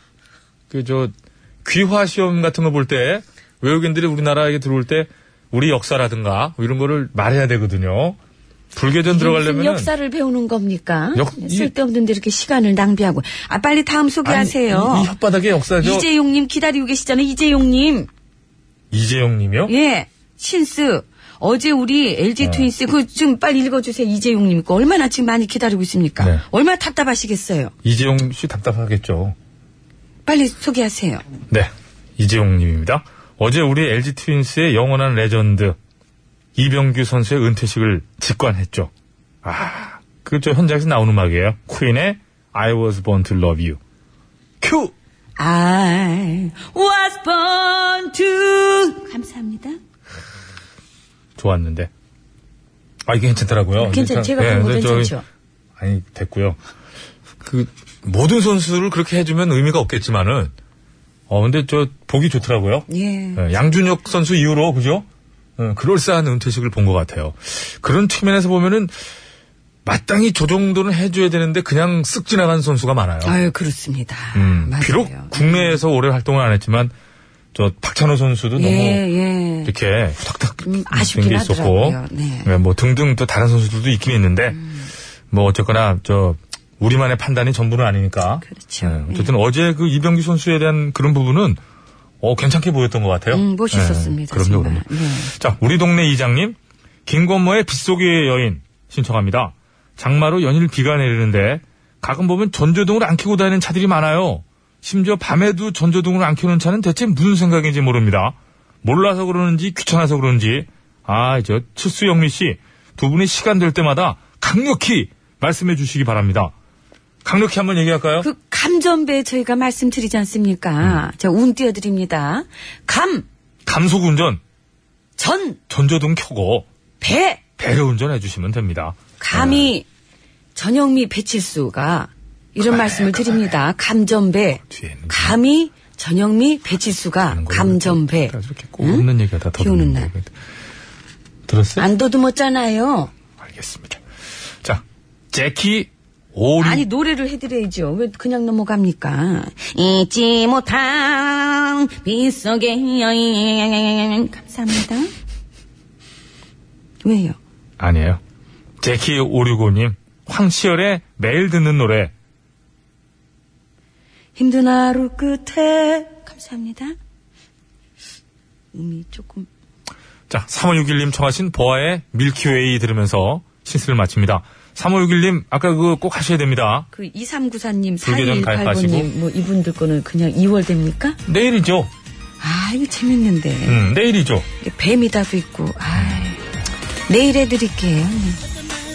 [SPEAKER 1] 그, 저, 귀화 시험 같은 거 볼 때, 외국인들이 우리나라에 들어올 때, 우리 역사라든가, 뭐 이런 거를 말해야 되거든요. 불계전
[SPEAKER 2] 무슨
[SPEAKER 1] 들어가려면.
[SPEAKER 2] 역사를 배우는 겁니까?
[SPEAKER 1] 역- 이-
[SPEAKER 2] 쓸데없는데 이렇게 시간을 낭비하고. 아 빨리 다음 소개하세요.
[SPEAKER 1] 이, 이 혓바닥에 역사죠.
[SPEAKER 2] 이재용님 기다리고 계시잖아요. 이재용님.
[SPEAKER 1] 이재용 님이요?
[SPEAKER 2] 예. 신스. 어제 우리
[SPEAKER 1] 네.
[SPEAKER 2] LG 트윈스 그 좀 빨리 읽어주세요. 이재용님 거 얼마나 지금 많이 기다리고 있습니까?
[SPEAKER 1] 네.
[SPEAKER 2] 얼마나 답답하시겠어요.
[SPEAKER 1] 이재용 씨 답답하겠죠.
[SPEAKER 2] 빨리 소개하세요.
[SPEAKER 1] 네. 이재용 님입니다. 어제 우리 LG 트윈스의 영원한 레전드 이병규 선수의 은퇴식을 직관했죠. 아, 그저 현장에서 나온 음악이에요. 퀸의 I was born to love you. 큐!
[SPEAKER 2] I was born to. 감사합니다.
[SPEAKER 1] 좋았는데. 아, 이게 괜찮더라고요.
[SPEAKER 2] 괜찮, 제가
[SPEAKER 1] 예,
[SPEAKER 2] 본 거
[SPEAKER 1] 근데 저기-
[SPEAKER 2] 괜찮죠?
[SPEAKER 1] 아니, 됐고요. 그, 모든 선수를 그렇게 해주면 의미가 없겠지만은, 어, 근데 저, 보기 좋더라고요.
[SPEAKER 2] 예.
[SPEAKER 1] 예, 양준혁 선수 이후로, 그죠? 예, 그럴싸한 은퇴식을 본 것 같아요. 그런 측면에서 보면은, 마땅히 저 정도는 해줘야 되는데, 그냥 쓱 지나간 선수가 많아요.
[SPEAKER 2] 아유, 그렇습니다.
[SPEAKER 1] 음,
[SPEAKER 2] 맞아요.
[SPEAKER 1] 비록 국내에서 오래 활동을 안 했지만, 저, 박찬호 선수도
[SPEAKER 2] 예,
[SPEAKER 1] 너무
[SPEAKER 2] 예.
[SPEAKER 1] 이렇게 후닥닥
[SPEAKER 2] 음,
[SPEAKER 1] 된
[SPEAKER 2] 아쉽긴
[SPEAKER 1] 게 있었고
[SPEAKER 2] 하더라고요. 네. 음.
[SPEAKER 1] 네, 뭐 등등 또 다른 선수들도 있긴 있는데 뭐 어쨌거나 저 우리만의 판단이 전부는 아니니까
[SPEAKER 2] 그렇죠.
[SPEAKER 1] 네, 어쨌든 어제 그 이병규 선수에 대한 그런 부분은 어 괜찮게 보였던 것 같아요.
[SPEAKER 2] 음, 멋있었습니다.
[SPEAKER 1] 네, 그럼요,
[SPEAKER 2] 정말.
[SPEAKER 1] 그럼요.
[SPEAKER 2] 예.
[SPEAKER 1] 자, 우리 동네 이장님 김건모의 빗속의 여인 신청합니다. 장마로 연일 비가 내리는데 가끔 보면 전조등을 안 켜고 다니는 차들이 많아요. 심지어 밤에도 전조등을 안 켜는 차는 대체 무슨 생각인지 모릅니다. 몰라서 그러는지 귀찮아서 그런지 아, 저 칠수 영미 씨 두 분이 시간 될 때마다 강력히 말씀해 주시기 바랍니다. 강력히 한번 얘기할까요?
[SPEAKER 2] 그 감전배 저희가 말씀드리지 않습니까?
[SPEAKER 1] 음.
[SPEAKER 2] 자, 운 띄워드립니다. 감,
[SPEAKER 1] 감속 운전
[SPEAKER 2] 전,
[SPEAKER 1] 전조등 켜고
[SPEAKER 2] 배.
[SPEAKER 1] 배려 운전해 주시면 됩니다.
[SPEAKER 2] 감히
[SPEAKER 1] 네.
[SPEAKER 2] 전영미 배칠수가 이런 말씀을 드립니다. 감전배.
[SPEAKER 1] 뒤에 있는
[SPEAKER 2] 감히 전영미 배칠수가 감전배.
[SPEAKER 1] 그러니까 이렇게 꼭 없는 얘기가 다
[SPEAKER 2] 비 오는
[SPEAKER 1] 더듬는
[SPEAKER 2] 날.
[SPEAKER 1] 거 들었어요?
[SPEAKER 2] 안 더듬었잖아요.
[SPEAKER 1] 알겠습니다. 자, 제키 오리
[SPEAKER 2] 아니 노래를 해드려야죠. 왜 그냥 넘어갑니까? 잊지 못한 빗속의 여인. 감사합니다. 왜요?
[SPEAKER 1] 아니에요. 제키 오류고님 황치열의 매일 듣는 노래
[SPEAKER 2] 힘든 하루 끝에 감사합니다. 음이 조금
[SPEAKER 1] 자, 3561님 청하신 보아의 밀키웨이 들으면서 신스를 마칩니다. 3561님, 아까 그거 꼭 하셔야 됩니다.
[SPEAKER 2] 그 2394님,
[SPEAKER 1] 불교전 가입하시고.
[SPEAKER 2] 4218번님 뭐 이분들 거는 그냥 2월 됩니까?
[SPEAKER 1] 내일이죠?
[SPEAKER 2] 아 이거 재밌는데
[SPEAKER 1] 음, 내일이죠?
[SPEAKER 2] 이게 뱀이다도 있고 아 내일 해드릴게요. 네.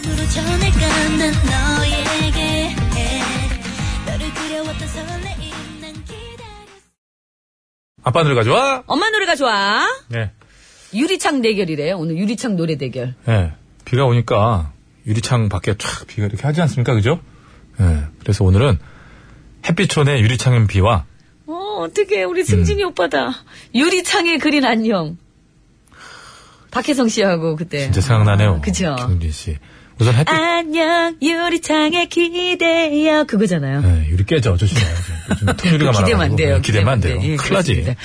[SPEAKER 11] 마음으로 전할까 난 너에게 너를 그려왔던 설레임 난 기다렸어
[SPEAKER 1] 아빠 노래 가져와!
[SPEAKER 2] 엄마 노래가 좋아.
[SPEAKER 1] 네.
[SPEAKER 2] 유리창 대결이래요. 오늘 유리창 노래 대결.
[SPEAKER 1] 예, 비가 오니까 유리창 밖에 촥 비가 이렇게 하지 않습니까? 그죠? 예, 그래서 오늘은 햇빛촌의 유리창인 비와
[SPEAKER 2] 어 어떻게 우리
[SPEAKER 1] 음.
[SPEAKER 2] 승진이 오빠다. 유리창에 그린 안녕. 박혜성 씨하고 그때.
[SPEAKER 1] 진짜 생각나네요.
[SPEAKER 2] 아, 그죠. 아.
[SPEAKER 1] 김은진 씨. 우선 햇빛,
[SPEAKER 2] 안녕 유리창에 기대요 그거잖아요. 그
[SPEAKER 1] 예, 유리 깨져. 조심해요. 요즘 통유리가 많아가지고.
[SPEAKER 2] 기대면 안 돼요.
[SPEAKER 1] 예, 기대면 안 돼요.
[SPEAKER 2] 예,
[SPEAKER 1] 큰일 나지.
[SPEAKER 2] 그렇습니다.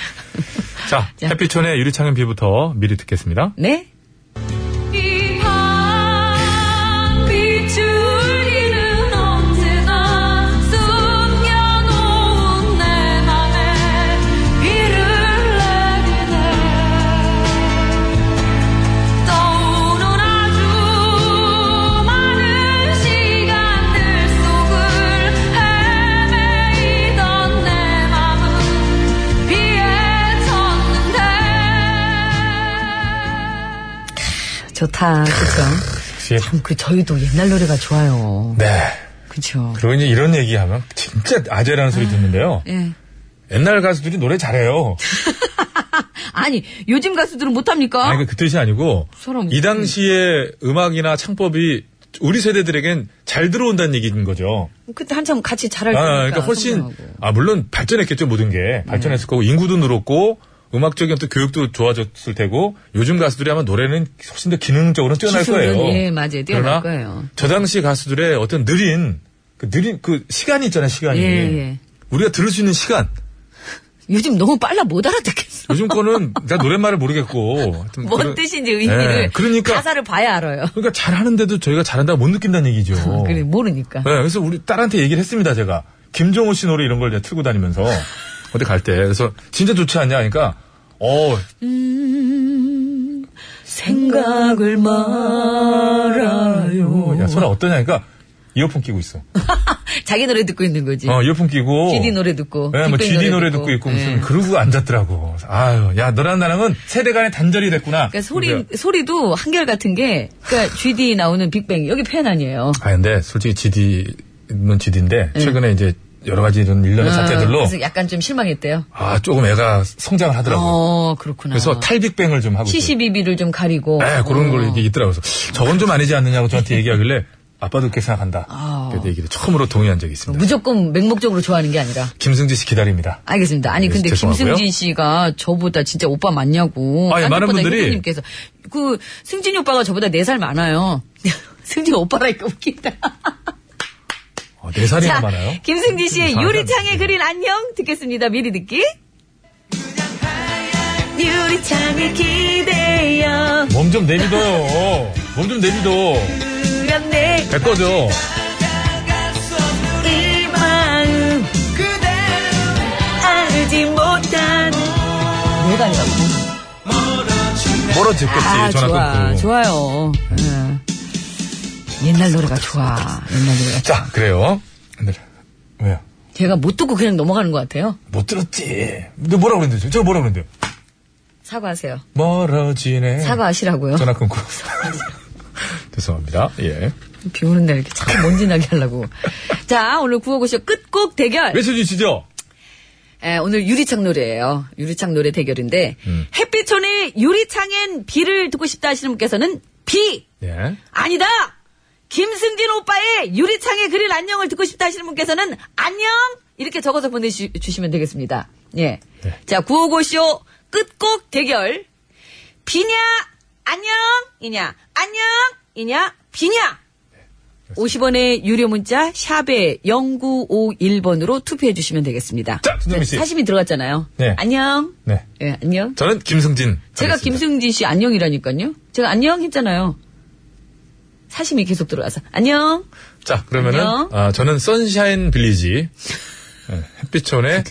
[SPEAKER 1] 자,
[SPEAKER 2] 자.
[SPEAKER 1] 햇빛촌의 유리창인 비부터 미리 듣겠습니다.
[SPEAKER 2] 네?
[SPEAKER 11] 비추리는 언제나 숨겨놓은 내 맘에 비를 내리네 떠오는 아주 많은 시간들 속을 헤매이던 내 맘은 비에 젖는데
[SPEAKER 2] 좋다. 그쵸?
[SPEAKER 1] 역시.
[SPEAKER 2] 참, 그, 저희도 옛날 노래가 좋아요.
[SPEAKER 1] 네.
[SPEAKER 2] 그쵸.
[SPEAKER 1] 그리고 이제 이런 얘기하면 진짜 아재라는 소리 듣는데요.
[SPEAKER 2] 예. [laughs]
[SPEAKER 1] 옛날 가수들이 노래 잘해요.
[SPEAKER 2] 아니, 요즘 가수들은 못합니까?
[SPEAKER 1] 아니, 그그 뜻이 아니고,
[SPEAKER 2] 사람-
[SPEAKER 1] 이 당시에 음악이나 창법이 우리 세대들에겐 잘 들어온다는 얘기인 거죠.
[SPEAKER 2] 뭐 그때 한참 같이 잘할
[SPEAKER 1] 아,
[SPEAKER 2] 때니까.
[SPEAKER 1] 그러니까 훨씬,
[SPEAKER 2] 성공하고. 네.
[SPEAKER 1] 아, 물론 발전했겠죠, 모든 게. 발전했을 거고, 인구도 늘었고, 음악적인 또 교육도 좋아졌을 테고, 요즘 가수들이 아마 노래는 훨씬 더 기능적으로 뛰어날
[SPEAKER 2] 기술은,
[SPEAKER 1] 거예요.
[SPEAKER 2] 예, 맞아요.
[SPEAKER 1] 그러나
[SPEAKER 2] 뛰어날 거예요.
[SPEAKER 1] 저 당시 가수들의 어떤 느린, 그 느린, 그 시간이 있잖아요, 시간이.
[SPEAKER 2] 예, 예.
[SPEAKER 1] 우리가 들을 수 있는 시간.
[SPEAKER 2] 요즘 너무 빨라 못 알아듣겠어.
[SPEAKER 1] 요즘 거는 나 노랫말을 모르겠고. 하여튼
[SPEAKER 2] 뭔
[SPEAKER 1] 그런-
[SPEAKER 2] 뜻인지 의미를.
[SPEAKER 1] 예, 그러니까.
[SPEAKER 2] 가사를 봐야 알아요.
[SPEAKER 1] 그러니까 잘하는데도 저희가 잘한다고 못 느낀다는 얘기죠.
[SPEAKER 2] [laughs] 아, 그래, 모르니까.
[SPEAKER 1] 네, 그래서 우리 딸한테 얘기를 했습니다, 제가. 김종호 씨 노래 이런 걸 내가 틀고 다니면서. 어디 갈 때. 그래서 진짜 좋지 않냐? 그러니까, 어,
[SPEAKER 2] 생각을 말아요.
[SPEAKER 1] 야, 소라 어떠냐? 그러니까, 이어폰 끼고 있어.
[SPEAKER 2] 자기 노래 듣고 있는 네. 거지.
[SPEAKER 1] 어, 이어폰 끼고.
[SPEAKER 2] GD 노래 듣고,
[SPEAKER 1] 네, 뭐
[SPEAKER 2] 빅뱅
[SPEAKER 1] GD 노래
[SPEAKER 2] 노래 듣고.
[SPEAKER 1] 듣고 있고, 무슨,
[SPEAKER 2] 예.
[SPEAKER 1] 그러고 앉았더라고. 아유, 야, 너랑 나랑은 세대 간의 단절이 됐구나.
[SPEAKER 2] 그러니까 소리
[SPEAKER 1] 근데-
[SPEAKER 2] 소리도 한결 같은 게 그러니까 GD 나오는 빅뱅 여기 팬 아니에요.
[SPEAKER 1] 아, 근데 솔직히 GD는 GD인데, 최근에 이제 여러 가지 이런 일련의 사태들로,
[SPEAKER 2] 네. 아, 어, 그래서 약간 좀 실망했대요.
[SPEAKER 1] 아, 조금 애가 성장을 하더라고요.
[SPEAKER 2] 어 그렇구나.
[SPEAKER 1] 그래서 탈빅뱅을 좀 하고 있어요.
[SPEAKER 2] CCBB를 좀 가리고.
[SPEAKER 1] 네, 그런
[SPEAKER 2] 어.
[SPEAKER 1] 걸 이게 있더라고요. 그래서 저건 좀 아니지 않느냐고 저한테 얘기하길래 아빠도 그렇게 생각한다.
[SPEAKER 2] 아.
[SPEAKER 1] 그때 얘기를 처음으로 동의한 적이 있습니다.
[SPEAKER 2] 무조건 맹목적으로 좋아하는 게 아니라.
[SPEAKER 1] 김승지 씨 기다립니다.
[SPEAKER 2] 알겠습니다. 아니
[SPEAKER 1] 네,
[SPEAKER 2] 근데
[SPEAKER 1] 죄송하고요.
[SPEAKER 2] 김승진 씨가 저보다 진짜 오빠 맞냐고.
[SPEAKER 1] 아니, 예, 많은 분들이-
[SPEAKER 2] 님께서 그 승진이 오빠가 저보다 4살 많아요. [laughs] 승진 오빠라니까 웃긴다.
[SPEAKER 1] 어, 네 살이나
[SPEAKER 2] 자,
[SPEAKER 1] 많아요. 음,
[SPEAKER 2] 김승진 씨의
[SPEAKER 1] 잘한다.
[SPEAKER 2] 유리창에 그린 안녕 듣겠습니다. 미리 듣기. 유리창에 기대어
[SPEAKER 1] 몸 좀 내비둬요. 몸 좀 내비둬.
[SPEAKER 2] 그렸네.
[SPEAKER 1] 될 거죠.
[SPEAKER 2] 이 마음 알지 못한 내가 이라고
[SPEAKER 1] 멀어졌겠지. 전화
[SPEAKER 2] 아 좋아
[SPEAKER 1] 끊고. 네.
[SPEAKER 2] 좋아요 예. 옛날 노래가 좋아 옛날 노래가 좋아.
[SPEAKER 1] 자, 그래요. 근데 왜요?
[SPEAKER 2] 제가 못 듣고 그냥 넘어가는 것 같아요
[SPEAKER 1] 못 들었지. 너 뭐라 그랬는데? 저 뭐라 그랬는데?
[SPEAKER 2] 사과하세요
[SPEAKER 1] 멀어지네.
[SPEAKER 2] 사과하시라고요
[SPEAKER 1] 전화 끊고. [laughs] 죄송합니다. 예.
[SPEAKER 2] 비 오는 날 이렇게 자꾸 먼지나게 하려고 자 오늘 구호고쇼 끝곡 대결
[SPEAKER 1] 외쳐주시죠.
[SPEAKER 2] 예, 오늘 유리창 노래예요. 유리창 노래 대결인데 햇빛촌의 유리창엔 비를 듣고 싶다 하시는 분께서는 비
[SPEAKER 1] 예.
[SPEAKER 2] 아니다. 김승진 오빠의 유리창에 그릴 안녕을 듣고 싶다 하시는 분께서는 안녕 이렇게 적어서 보내주시면 되겠습니다. 예,
[SPEAKER 1] 네.
[SPEAKER 2] 자 구호고쇼 끝곡 대결
[SPEAKER 12] 네,
[SPEAKER 2] 비냐 안녕이냐 안녕이냐 비냐 50원의 유료 문자 샵에 0951번으로 투표해 주시면 되겠습니다.
[SPEAKER 12] 자, 김정민 씨.
[SPEAKER 2] 사심이 들어갔잖아요.
[SPEAKER 12] 네.
[SPEAKER 2] 안녕.
[SPEAKER 12] 네.
[SPEAKER 2] 예, 안녕.
[SPEAKER 12] 저는 김승진.
[SPEAKER 2] 제가 김승진 씨 안녕이라니까요. 제가 안녕 했잖아요. 사심이 계속 들어와서 안녕.
[SPEAKER 12] 자, 그러면은,
[SPEAKER 2] 안녕.
[SPEAKER 12] 아, 저는 선샤인 빌리지. 네,
[SPEAKER 2] [laughs]
[SPEAKER 12] 햇빛촌에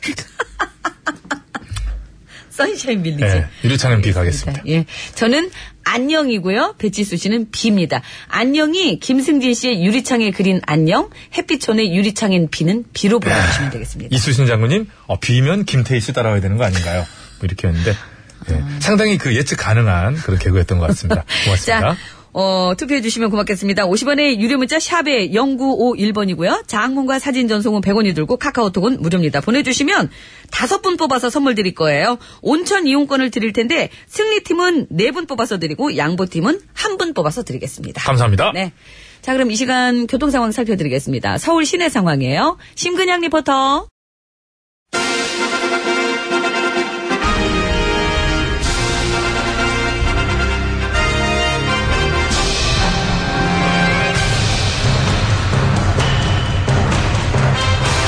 [SPEAKER 2] 선샤인 빌리지.
[SPEAKER 12] 네, 유리창은 비 가겠습니다.
[SPEAKER 2] 예. 저는 안녕이고요. 배치수 씨는 비입니다. 안녕이 김승진 씨의 유리창에 그린 안녕, 햇빛촌의 유리창엔 비는 비로 보내주시면 되겠습니다.
[SPEAKER 12] 이수신 장군님, 어, 비면 김태희 씨 따라와야 되는 거 아닌가요? 뭐 이렇게 했는데, 예,
[SPEAKER 2] 아.
[SPEAKER 12] 상당히 그 예측 가능한 그런 개그였던 것
[SPEAKER 2] [laughs]
[SPEAKER 12] 같습니다. 고맙습니다.
[SPEAKER 2] 자, 어, 투표해 주시면 고맙겠습니다. 50원의 유료 문자 샵에 0951번이고요. 장문과 사진 전송은 100원이 들고 카카오톡은 무료입니다. 보내주시면 다섯 분 뽑아서 선물 드릴 거예요. 온천 이용권을 드릴 텐데 승리팀은 네 분 뽑아서 드리고 양보팀은 한 분 뽑아서 드리겠습니다.
[SPEAKER 12] 감사합니다.
[SPEAKER 2] 네. 자, 그럼 이 시간 교통 상황 살펴드리겠습니다. 서울 시내 상황이에요. 심근양 리포터.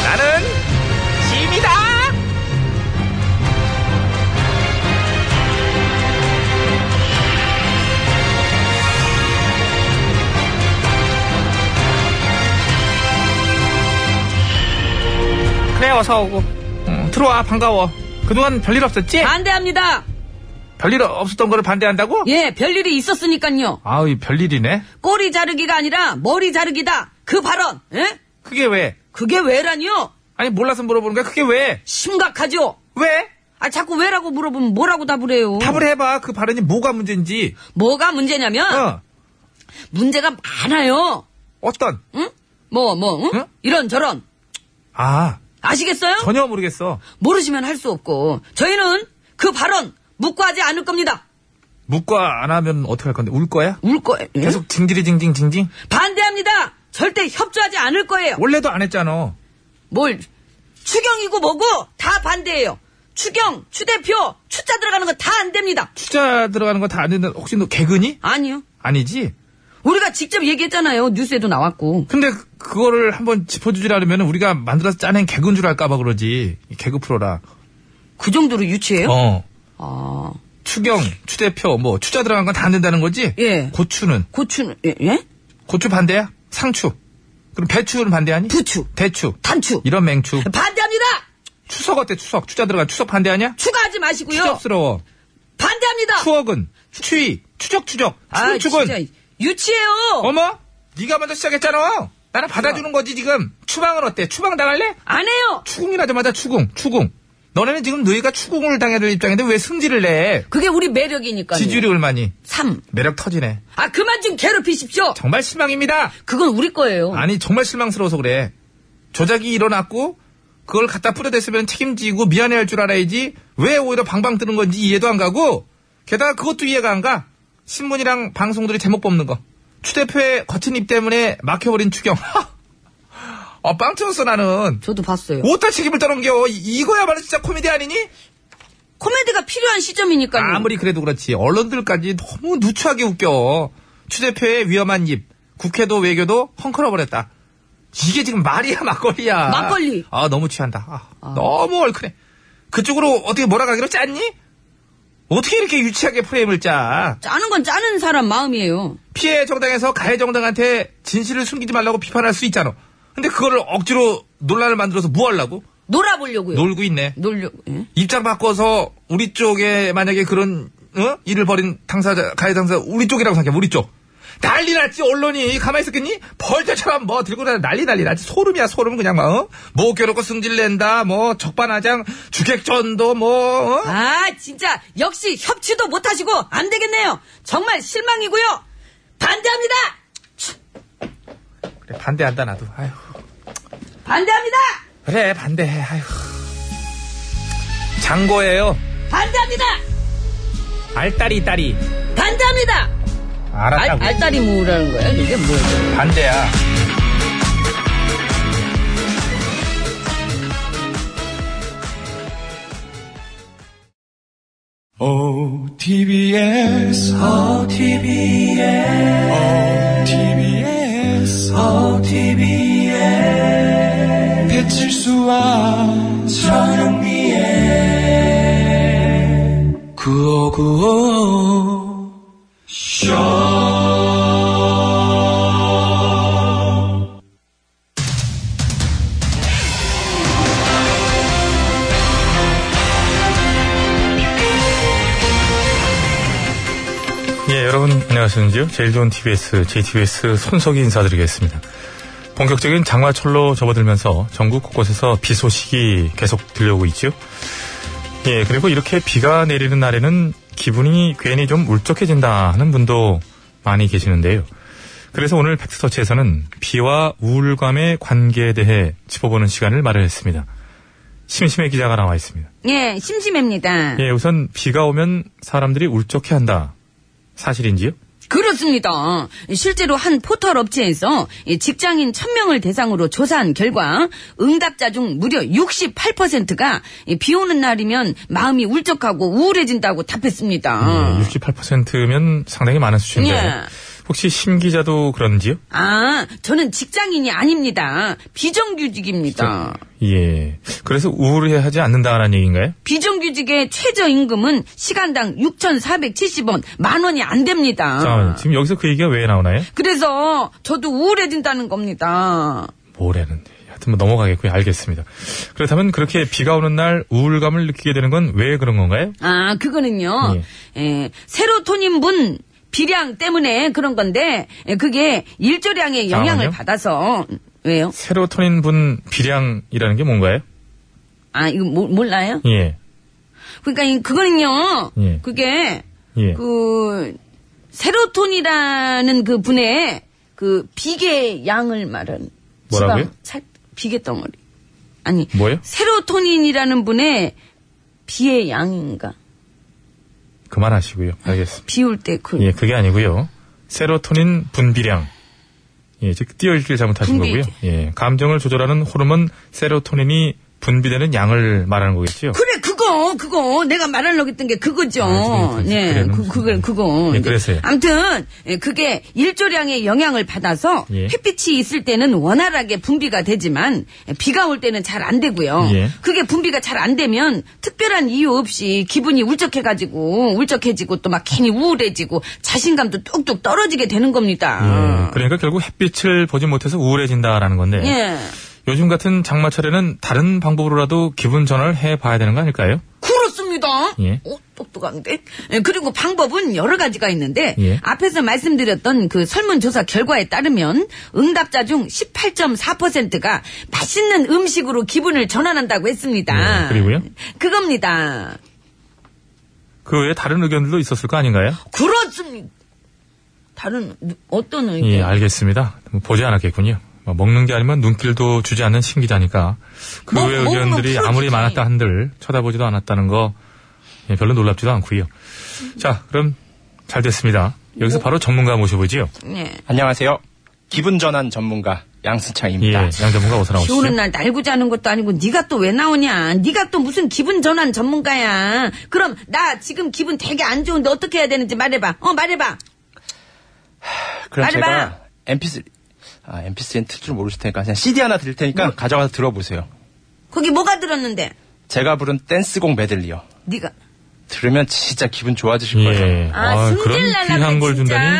[SPEAKER 1] 나는 짐이다. 그래 어서 오고 음, 들어와 반가워. 그동안 별일 없었지?
[SPEAKER 2] 반대합니다.
[SPEAKER 1] 별일 없었던 거를 반대한다고?
[SPEAKER 2] 아. 예, 별일이 있었으니까요.
[SPEAKER 1] 아우 이 별일이네.
[SPEAKER 2] 꼬리 자르기가 아니라 머리 자르기다. 그 발언. 예?
[SPEAKER 1] 그게 왜?
[SPEAKER 2] 그게 왜라니요?
[SPEAKER 1] 아니 몰라서 물어보는 거야. 그게 왜?
[SPEAKER 2] 심각하죠?
[SPEAKER 1] 왜?
[SPEAKER 2] 아, 자꾸 왜라고 물어보면 뭐라고 답을 해요?
[SPEAKER 1] 답을 해봐. 그 발언이 뭐가 문제인지.
[SPEAKER 2] 뭐가 문제냐면,
[SPEAKER 1] 어.
[SPEAKER 2] 문제가 많아요.
[SPEAKER 1] 어떤?
[SPEAKER 2] 응? 뭐, 뭐, 응?
[SPEAKER 1] 응?
[SPEAKER 2] 이런, 저런.
[SPEAKER 1] 아
[SPEAKER 2] 아시겠어요?
[SPEAKER 1] 어? 전혀 모르겠어.
[SPEAKER 2] 모르시면 할 수 없고, 저희는 그 발언 묵과하지 않을 겁니다.
[SPEAKER 1] 묵과 안 하면 어떻게 할 건데? 울 거야?
[SPEAKER 2] 울 거예요. 예?
[SPEAKER 1] 계속 징질이 징징 징징.
[SPEAKER 2] 반대합니다. 절대 협조하지 않을 거예요.
[SPEAKER 1] 원래도 안 했잖아.
[SPEAKER 2] 뭘 추경이고 뭐고 다 반대해요. 추경, 추 대표, 추자 들어가는 거 다 안 됩니다.
[SPEAKER 1] 투자 들어가는 건 다 안 했는데 혹시 너 개그니?
[SPEAKER 2] 아니요.
[SPEAKER 1] 아니지.
[SPEAKER 2] 우리가 직접 얘기했잖아요. 뉴스에도 나왔고.
[SPEAKER 1] 근데 그- 그거를 한번 짚어주질 않으면 우리가 만들어서 짜낸 개그인 줄 알까봐 그러지. 이 개그 프로라.
[SPEAKER 2] 그 정도로 유치해요?
[SPEAKER 1] 어.
[SPEAKER 2] 아,
[SPEAKER 1] 추경, 추대표, 뭐 추자 들어간 건 다 안 된다는 거지?
[SPEAKER 2] 예.
[SPEAKER 1] 고추는
[SPEAKER 2] 고추는 예? 예?
[SPEAKER 1] 고추 반대야? 상추. 그럼 배추는 반대하니?
[SPEAKER 2] 부추.
[SPEAKER 1] 대추.
[SPEAKER 2] 단추.
[SPEAKER 1] 이런 맹추.
[SPEAKER 2] 반대합니다.
[SPEAKER 1] 추석 어때? 추석 추자 들어간 추석 반대하냐?
[SPEAKER 2] 추가하지 마시고요.
[SPEAKER 1] 추접스러워.
[SPEAKER 2] 반대합니다.
[SPEAKER 1] 추억은 추위. 추적 추적.
[SPEAKER 2] 아,
[SPEAKER 1] 추축은
[SPEAKER 2] 진짜 유치해요.
[SPEAKER 1] 어머? 네가 먼저 시작했잖아. 나는 받아주는 거지 지금. 추방은 어때? 추방 당할래?
[SPEAKER 2] 안 해요.
[SPEAKER 1] 추궁이라자마자 추궁, 추궁. 너네는 지금 너희가 추궁을 당해야 될 입장인데 왜 승질을 내?
[SPEAKER 2] 그게 우리 매력이니까요.
[SPEAKER 1] 지지율이 얼마니?
[SPEAKER 2] 3.
[SPEAKER 1] 매력 터지네.
[SPEAKER 2] 아, 그만 좀 괴롭히십시오.
[SPEAKER 1] 정말 실망입니다.
[SPEAKER 2] 그건 우리 거예요.
[SPEAKER 1] 아니 정말 실망스러워서 그래. 조작이 일어났고 그걸 갖다 뿌려댔으면 책임지고 미안해할 줄 알아야지 왜 오히려 방방 뜨는 건지 이해도 안 가고 게다가 그것도 이해가 안 가. 신문이랑 방송들이 제목 뽑는 거. 추 대표의 거친 입 때문에 막혀버린 추경. [laughs] 아, 빵 터졌어 나는.
[SPEAKER 2] 저도 봤어요.
[SPEAKER 1] 어디다 책임을 떠넘겨. 이- 이거야말로 진짜 코미디 아니니?
[SPEAKER 2] 코미디가 필요한 시점이니까요.
[SPEAKER 1] 아무리 그래도 그렇지 언론들까지 너무 누추하게 웃겨. 추 대표의 위험한 입, 국회도 외교도 헝클어버렸다. 이게 지금 말이야 막걸리야.
[SPEAKER 2] 막걸리.
[SPEAKER 1] 아 너무 취한다. 아, 너무 얼큰해. 그쪽으로 어떻게 몰아가기로 짰니? 어떻게 이렇게 유치하게 프레임을 짜?
[SPEAKER 2] 짜는 건 짜는 사람 마음이에요.
[SPEAKER 1] 피해 정당에서 가해 정당한테 진실을 숨기지 말라고 비판할 수 있잖아. 근데 그거를 억지로 논란을 만들어서 뭐 하려고?
[SPEAKER 2] 놀아보려고요.
[SPEAKER 1] 놀고 있네.
[SPEAKER 2] 놀려. 예?
[SPEAKER 1] 입장 바꿔서 우리 쪽에 만약에 그런 어? 일을 벌인 당사자 가해 당사 우리 쪽이라고 생각해 우리 쪽 난리 났지 언론이 가만히 있었겠니 벌떼처럼 뭐 들고 다 난리 난리 났지 소름이야 소름 그냥 막 어? 뭐 괴롭고 승질낸다 뭐 적반하장 주객전도 뭐 어?
[SPEAKER 2] 아, 진짜 역시 협치도 못 하시고 안 되겠네요. 정말 실망이고요. 반대합니다.
[SPEAKER 1] 그래, 반대한다 나도 아휴
[SPEAKER 2] 반대합니다.
[SPEAKER 1] 그래 반대해 아휴 장고예요
[SPEAKER 2] 반대합니다.
[SPEAKER 1] 알다리 다리
[SPEAKER 2] 반대합니다.
[SPEAKER 1] 알았다고
[SPEAKER 2] 알, 다리 무라는 거야? 이게 뭐야?
[SPEAKER 1] 반대야
[SPEAKER 13] OTBS, OTBS, OTBS, 서티비에 배칠수와 전영미의 9595
[SPEAKER 1] 예, 여러분 안녕하시는지요? 제일 좋은 TBS, JTBS 손석희 인사드리겠습니다. 본격적인 장마철로 접어들면서 전국 곳곳에서 비 소식이 계속 들려오고 있죠. 예, 그리고 이렇게 비가 내리는 날에는 기분이 괜히 좀 울적해진다 하는 분도 많이 계시는데요. 그래서 오늘 팩스터치에서는 비와 우울감의 관계에 대해 짚어보는 시간을 마련했습니다. 심심해 기자가 나와 있습니다.
[SPEAKER 2] 예, 심심합니다.
[SPEAKER 1] 예, 우선 비가 오면 사람들이 울적해한다. 사실인지요?
[SPEAKER 2] 그렇습니다. 실제로 한 포털 업체에서 이 직장인 1000명을 대상으로 조사한 결과 응답자 중 무려 68%가 비 오는 날이면 마음이 울적하고 우울해진다고 답했습니다.
[SPEAKER 1] 예, 68%면 상당히 많은 수치인데
[SPEAKER 2] 음. 예.
[SPEAKER 1] 혹시 심 기자도 그런지요?
[SPEAKER 2] 아, 저는 직장인이 아닙니다. 비정규직입니다.
[SPEAKER 1] 예. 그래서 우울해하지 않는다라는 얘기인가요?
[SPEAKER 2] 비정규직의 최저임금은 시간당 6,470원, 만 원이 안 됩니다.
[SPEAKER 1] 잠깐만요. 지금 여기서 그 얘기가 왜 나오나요?
[SPEAKER 2] 그래서 저도 우울해진다는 겁니다.
[SPEAKER 1] 뭐라는데. 하여튼 뭐 넘어가겠고요. 알겠습니다. 그렇다면 그렇게 비가 오는 날 우울감을 느끼게 되는 건 왜 그런 건가요?
[SPEAKER 2] 아,
[SPEAKER 1] 예.
[SPEAKER 2] 그거는요. 에, 세로토닌분 비량 때문에 그런 건데 에, 그게 일조량의
[SPEAKER 1] 잠깐만요.
[SPEAKER 2] 영향을 받아서 왜요?
[SPEAKER 1] 세로토닌 분 비량이라는 게 뭔가요?
[SPEAKER 2] 아, 이거 모- 몰라요?
[SPEAKER 1] 예.
[SPEAKER 2] 그러니까 이- 그거는요.
[SPEAKER 1] 예.
[SPEAKER 2] 그게
[SPEAKER 1] 예.
[SPEAKER 2] 그 세로토닌이라는 그 분의 그 비계 양을 말한
[SPEAKER 1] 뭐라고요?
[SPEAKER 2] 지방 살 비계 덩어리. 아니.
[SPEAKER 1] 뭐요?
[SPEAKER 2] 세로토닌이라는 분의 비의 양인가?
[SPEAKER 1] 그만하시고요. 알겠습니다.
[SPEAKER 2] 비올 때그
[SPEAKER 1] 예, 그게 아니고요. 세로토닌 분비량. 예, 즉 띄어읽기를 잘못하신
[SPEAKER 2] 분비.
[SPEAKER 1] 거고요. 예. 감정을 조절하는 호르몬 세로토닌이 분비되는 양을 말하는 거겠지요.
[SPEAKER 2] 그래 그거 그거 내가 말하려고 했던 게 그거죠.
[SPEAKER 1] 아, 지금
[SPEAKER 2] 네,
[SPEAKER 1] 그래요.
[SPEAKER 2] 그 그걸 그거.
[SPEAKER 1] 예, 그래서요.
[SPEAKER 2] 아무튼 예, 그게 일조량의 영향을 받아서
[SPEAKER 1] 예.
[SPEAKER 2] 햇빛이 있을 때는 원활하게 분비가 되지만 예, 비가 올 때는 잘 안 되고요.
[SPEAKER 1] 예.
[SPEAKER 2] 그게 분비가 잘 안 되면 특별한 이유 없이 기분이 울적해가지고 울적해지고 또 막 괜히 우울해지고 자신감도 뚝뚝 떨어지게 되는 겁니다.
[SPEAKER 1] 예, 그러니까 결국 햇빛을 보지 못해서 우울해진다라는 건데
[SPEAKER 2] 예.
[SPEAKER 1] 요즘 같은 장마철에는 다른 방법으로라도 기분 전환을 해봐야 되는 거 아닐까요?
[SPEAKER 2] 그렇습니다.
[SPEAKER 1] 예.
[SPEAKER 2] 오, 똑똑한데? 예, 그리고 방법은 여러 가지가 있는데
[SPEAKER 1] 예.
[SPEAKER 2] 앞에서 말씀드렸던 그 설문조사 결과에 따르면 응답자 중 18.4%가 맛있는 음식으로 기분을 전환한다고 했습니다.
[SPEAKER 1] 예, 그리고요?
[SPEAKER 2] 그겁니다.
[SPEAKER 1] 그 외에 다른 의견들도 있었을 거 아닌가요?
[SPEAKER 2] 그렇습니다. 다른 누- 어떤 의견?
[SPEAKER 1] 예, 알겠습니다. 뭐 보지 않았겠군요. 뭐 먹는 게 아니면 눈길도 주지 않는 신기자니까 그
[SPEAKER 2] 뭐 먹-
[SPEAKER 1] 외
[SPEAKER 2] 먹으면
[SPEAKER 1] 의견들이
[SPEAKER 2] 풀어주지.
[SPEAKER 1] 아무리 많았다 한들 쳐다보지도 않았다는 거 예, 별로 놀랍지도 않고요. 자, 그럼 잘 됐습니다. 여기서 바로 전문가 모셔보지요.
[SPEAKER 2] 예.
[SPEAKER 10] 안녕하세요. 기분 전환 전문가
[SPEAKER 1] 예,
[SPEAKER 2] 아,
[SPEAKER 10] 양승창입니다.
[SPEAKER 1] 양 전문가 어서
[SPEAKER 2] 비
[SPEAKER 1] 나오시죠.
[SPEAKER 2] 오는 날 날고 자는 것도 아니고 네가 또 왜 나오냐? 네가 또 무슨 기분 전환 전문가야? 그럼 나 지금 기분 되게 안 좋은데 어떻게 해야 되는지 말해봐. 어 말해봐.
[SPEAKER 10] 그럼
[SPEAKER 2] 말해봐.
[SPEAKER 10] 제가 MP3 아, MP3는 틀 줄 모르실 테니까 그냥 CD 하나 드릴 테니까 가져가서 들어보세요.
[SPEAKER 2] 거기 뭐가 들었는데?
[SPEAKER 10] 제가 부른 댄스곡 메들리요.
[SPEAKER 2] 네가
[SPEAKER 10] 들으면 진짜 기분 좋아지실 거예요.
[SPEAKER 1] 예.
[SPEAKER 2] 아,
[SPEAKER 1] 그런
[SPEAKER 2] 승질 날라
[SPEAKER 1] 귀한
[SPEAKER 2] 그래,
[SPEAKER 1] 걸
[SPEAKER 2] 진짜.
[SPEAKER 1] 준다니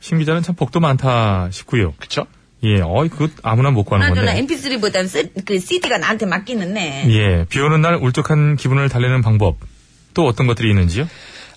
[SPEAKER 1] 신기자는 참 복도 많다 싶고요.
[SPEAKER 10] 그쵸?
[SPEAKER 1] 예, 어이, 그거 아무나 못 구하는
[SPEAKER 2] 나도 나
[SPEAKER 1] 건데.
[SPEAKER 2] MP3보단 쓰, 그 CD가 나한테 맡기는 네
[SPEAKER 1] 예, 비 오는 날 울적한 기분을 달래는 방법. 또 어떤 것들이 있는지요?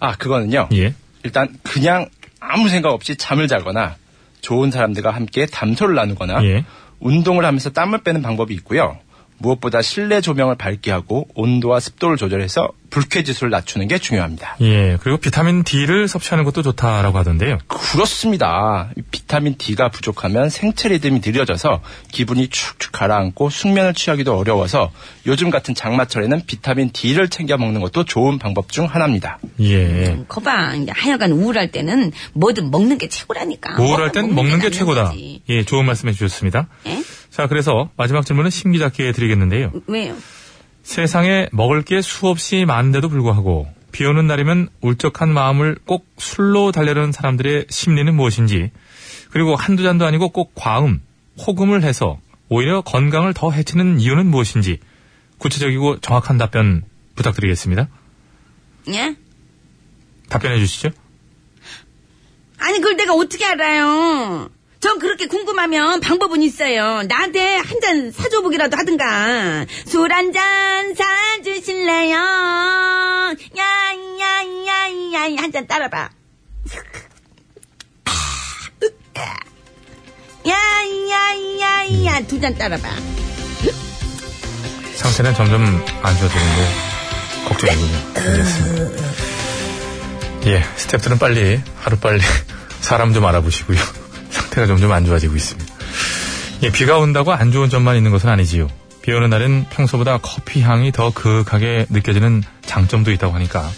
[SPEAKER 10] 아, 그거는요.
[SPEAKER 1] 예.
[SPEAKER 10] 일단 그냥 아무 생각 없이 잠을 자거나 좋은 사람들과 함께 담소를 나누거나
[SPEAKER 1] 예.
[SPEAKER 10] 운동을 하면서 땀을 빼는 방법이 있고요. 무엇보다 실내 조명을 밝게 하고 온도와 습도를 조절해서 불쾌 지수를 낮추는 게 중요합니다.
[SPEAKER 1] 예, 그리고 비타민 D를 섭취하는 것도 좋다라고 하던데요.
[SPEAKER 10] 그렇습니다. 이 비타민 D가 부족하면 생체 리듬이 느려져서 기분이 축축 가라앉고 숙면을 취하기도 어려워서 요즘 같은 장마철에는 비타민 D를 챙겨 먹는 것도 좋은 방법 중 하나입니다.
[SPEAKER 1] 예.
[SPEAKER 2] 거봐 이제 하여간 우울할 때는 뭐든 먹는 게 최고라니까.
[SPEAKER 1] 우울할 땐 먹는 게
[SPEAKER 2] 낫지.
[SPEAKER 1] 최고다. 예, 좋은 말씀해 주셨습니다.
[SPEAKER 2] 예?
[SPEAKER 1] 자, 그래서 마지막 질문은 신기자께 드리겠는데요.
[SPEAKER 2] 왜요?
[SPEAKER 1] 세상에 먹을 게 수없이 많은데도 불구하고 비 오는 날이면 울적한 마음을 꼭 술로 달래는 사람들의 심리는 무엇인지 그리고 한두 잔도 아니고 꼭 과음, 호금을 해서 오히려 건강을 더 해치는 이유는 무엇인지 구체적이고 정확한 답변 부탁드리겠습니다.
[SPEAKER 4] 예?
[SPEAKER 1] 답변해 주시죠.
[SPEAKER 4] 아니 그걸 내가 어떻게 알아요? 전 그렇게 궁금하면 방법은 있어요. 나한테 한 잔 사줘보기라도 하든가. 술 한 잔 사주실래요? 야야야야 한 잔 따라봐. 야야야야 두 잔 따라봐.
[SPEAKER 1] 상태는 점점 안 좋아지는데 걱정이군요. 알겠습니다. 예, 스태프들은 빨리 하루 빨리 [laughs] 사람 좀 알아보시고요. [laughs] 상태가 점점 안 좋아지고 있습니다. 예, 비가 온다고 안 좋은 점만 있는 것은 아니지요. 비 오는 날은 평소보다 커피 향이 더 그윽하게 느껴지는 장점도 있다고 하니까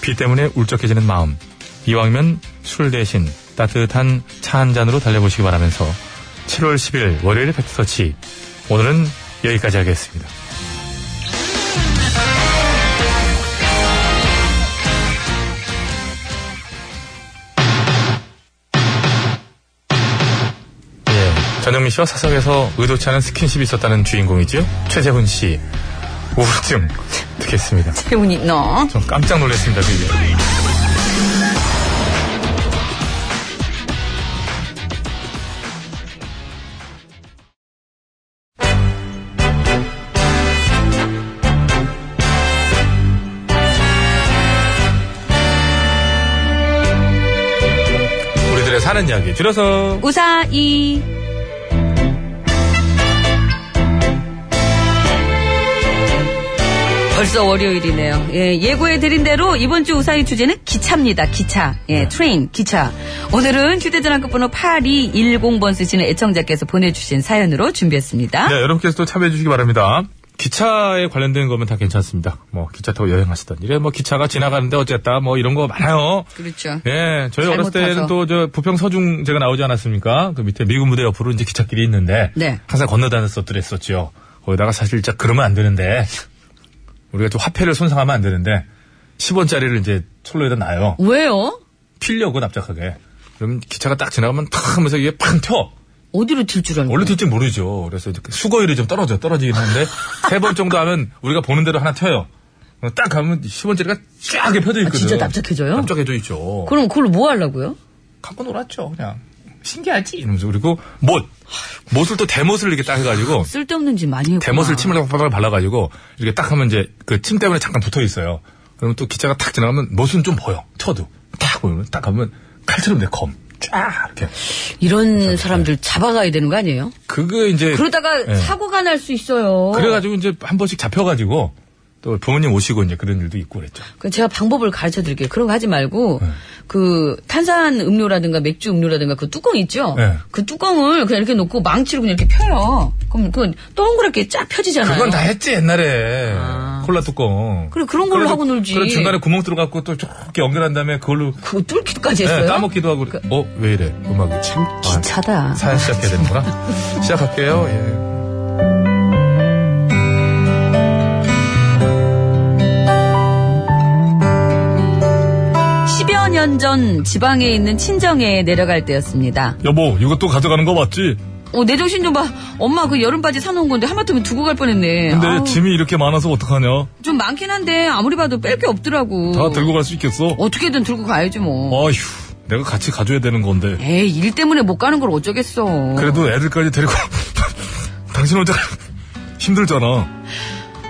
[SPEAKER 1] 비 때문에 울적해지는 마음 이왕이면 술 대신 따뜻한 차 한 잔으로 달려보시기 바라면서 7월 10일 월요일 팩트터치 오늘은 여기까지 하겠습니다. 예, 전영미 씨와 사석에서 의도치 않은 스킨십이 있었다는 주인공이지요. 최재훈 씨 우울증 [laughs] 듣겠습니다.
[SPEAKER 2] 태훈이 너.
[SPEAKER 1] 좀 깜짝 놀랐습니다. 그게. 우리들의 사는 이야기 줄여서
[SPEAKER 2] 우사이. 벌써 월요일이네요. 예, 예고해 드린 대로 이번 주 우사의 주제는 기차입니다. 기차. 예, 트레인, 기차. 오늘은 휴대전화 끝번호 8210번 쓰시는 애청자께서 보내주신 사연으로 준비했습니다.
[SPEAKER 1] 네, 여러분께서 도 참여해 주시기 바랍니다. 기차에 관련된 거면 다 괜찮습니다. 뭐 기차 타고 여행하시던 일에 뭐 기차가 지나가는데 어쨌다 뭐 이런 거 많아요.
[SPEAKER 2] 그렇죠.
[SPEAKER 1] 예, 저희
[SPEAKER 2] 잘못
[SPEAKER 1] 어렸을
[SPEAKER 2] 타서.
[SPEAKER 1] 때는 또 저 부평 서중제가 나오지 않았습니까? 그 밑에 미군 무대 옆으로 이제 기찻길이 있는데
[SPEAKER 2] 네.
[SPEAKER 1] 항상 건너다녔었더랬었죠. 거기다가 사실 진짜 그러면 안 되는데 우리가 좀 화폐를 손상하면 안 되는데 10원짜리를 이제 철로에다 놔요.
[SPEAKER 2] 왜요?
[SPEAKER 1] 필려고 납작하게. 그럼 기차가 딱 지나가면 탁 하면서 이게 팡 튀어.
[SPEAKER 2] 어디로 들 줄 알고.
[SPEAKER 1] 원래 튈지 모르죠. 그래서 이제 수거율이 좀 떨어져 떨어지긴
[SPEAKER 2] [laughs]
[SPEAKER 1] 하는데 세 번 정도 하면 우리가 보는 대로 하나 튀어요. 그럼 딱 가면 10원짜리가 쫙 펴져 있거든.
[SPEAKER 2] 아, 진짜 납작해져요?
[SPEAKER 1] 납작해져 있죠.
[SPEAKER 2] 그럼 그걸 뭐 하려고요?
[SPEAKER 1] 갖고 놀았죠, 그냥. 신기하지? 이러면서. 그리고 못. 못을 또 대못을 이렇게 딱 해가지고
[SPEAKER 2] 쓸데없는 짓 많이 했구나.
[SPEAKER 1] 대못을 침을 팍팍 발라가지고 이렇게 딱 하면 이제 그 침 때문에 잠깐 붙어 있어요. 그러면 또 기차가 탁 지나가면 못은 좀 보여. 쳐도. 딱 보면 딱 하면 칼처럼 내 검. 쫙 이렇게.
[SPEAKER 2] 이런 사람들 잡아가야 되는 거 아니에요?
[SPEAKER 1] 그게 이제
[SPEAKER 2] 그러다가
[SPEAKER 1] 예.
[SPEAKER 2] 사고가 날 수 있어요.
[SPEAKER 1] 그래가지고 이제 한 번씩 잡혀가지고 또 부모님 오시고 이제 그런 일도 있고 그랬죠.
[SPEAKER 2] 그 제가 방법을 가르쳐 드릴게요. 그런 거 하지 말고,
[SPEAKER 1] 예.
[SPEAKER 2] 그, 탄산 음료라든가 맥주 음료라든가 그 뚜껑 있죠?
[SPEAKER 1] 네.
[SPEAKER 2] 그 뚜껑을 그냥 이렇게 놓고 망치로 그냥 이렇게 펴요. 그럼 그 동그랗게 쫙 펴지잖아요.
[SPEAKER 1] 그건 다 했지 옛날에 콜라 뚜껑.
[SPEAKER 2] 네. 아. 그래, 그런 걸로 하고 놀지.
[SPEAKER 1] 그런 중간에 구멍 뚫어갖고 또 이렇게 연결한 다음에 그걸로
[SPEAKER 2] 그거 뚫기까지
[SPEAKER 1] 네,
[SPEAKER 2] 했어요.
[SPEAKER 1] 따먹기도 하고. 그래. 어, 왜 이래? 음악이. 참
[SPEAKER 2] 기차다.
[SPEAKER 1] 사연 시작해야
[SPEAKER 2] [laughs]
[SPEAKER 1] 되는구나. 시작할게요. 예.
[SPEAKER 2] 십여 년 전 지방에 있는 친정에 내려갈 때였습니다.
[SPEAKER 1] 여보, 이거 또 가져가는 거 맞지?
[SPEAKER 2] 어, 내 정신 좀 봐. 엄마 그 여름바지 사놓은 건데 하마터면 두고 갈 뻔했네. 아우,
[SPEAKER 1] 짐이 이렇게 많아서 어떡하냐?
[SPEAKER 2] 좀 많긴 한데 아무리 봐도 뺄 게 없더라고.
[SPEAKER 1] 갈 수 있겠어?
[SPEAKER 2] 어떻게든 들고 가야지 뭐.
[SPEAKER 1] 아휴, 내가 같이 가줘야 되는 건데.
[SPEAKER 2] 에이, 일 때문에 못 가는 걸 어쩌겠어.
[SPEAKER 1] 그래도 애들까지 데리고 [laughs] 당신 혼자 힘들잖아.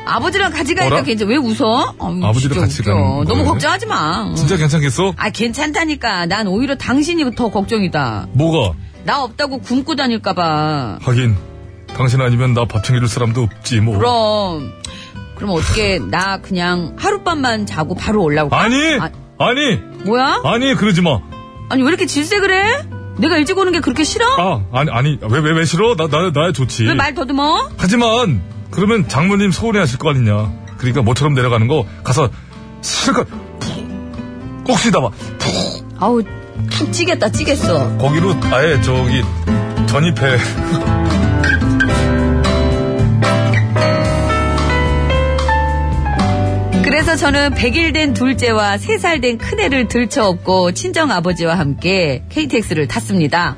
[SPEAKER 2] 아버지랑 같이 가니까
[SPEAKER 1] 어라?
[SPEAKER 2] 괜찮. 왜 웃어? 아유,
[SPEAKER 1] 아버지랑
[SPEAKER 2] 진짜
[SPEAKER 1] 같이
[SPEAKER 2] 웃겨.
[SPEAKER 1] 가는 거예요?
[SPEAKER 2] 너무 걱정하지 마. 응.
[SPEAKER 1] 진짜 괜찮겠어?
[SPEAKER 2] 아 괜찮다니까. 난 오히려 당신이 더 걱정이다.
[SPEAKER 1] 뭐가?
[SPEAKER 2] 나 없다고 굶고 다닐까봐.
[SPEAKER 1] 하긴 당신 아니면 나 밥 챙겨줄 사람도 없지 뭐.
[SPEAKER 2] 그럼 그럼 어떻게 나 그냥 하룻밤만 자고 바로 올라올까?
[SPEAKER 1] 아니,
[SPEAKER 2] 아-
[SPEAKER 1] 아... 니
[SPEAKER 2] 뭐야?
[SPEAKER 1] 아니 그러지 마.
[SPEAKER 2] 아니 왜 이렇게 질색을 해? 내가 일찍 오는 게 그렇게 싫어?
[SPEAKER 1] 아, 아니, 아니 왜 왜 왜 싫어? 나 나 나야 좋지.
[SPEAKER 2] 왜 말 더듬어?
[SPEAKER 1] 하지만 그러면 장모님 서운해하실 거 아니냐. 그러니까 모처럼 내려가는 거 가서 실컷 푹 꼭시다 봐.
[SPEAKER 2] 아우 푹 찌겠다 찌겠어.
[SPEAKER 1] 거기로 아예 저기 전입해.
[SPEAKER 2] 그래서 저는 100일 된 둘째와 3살 된 큰애를 들쳐업고 친정 아버지와 함께 KTX를 탔습니다.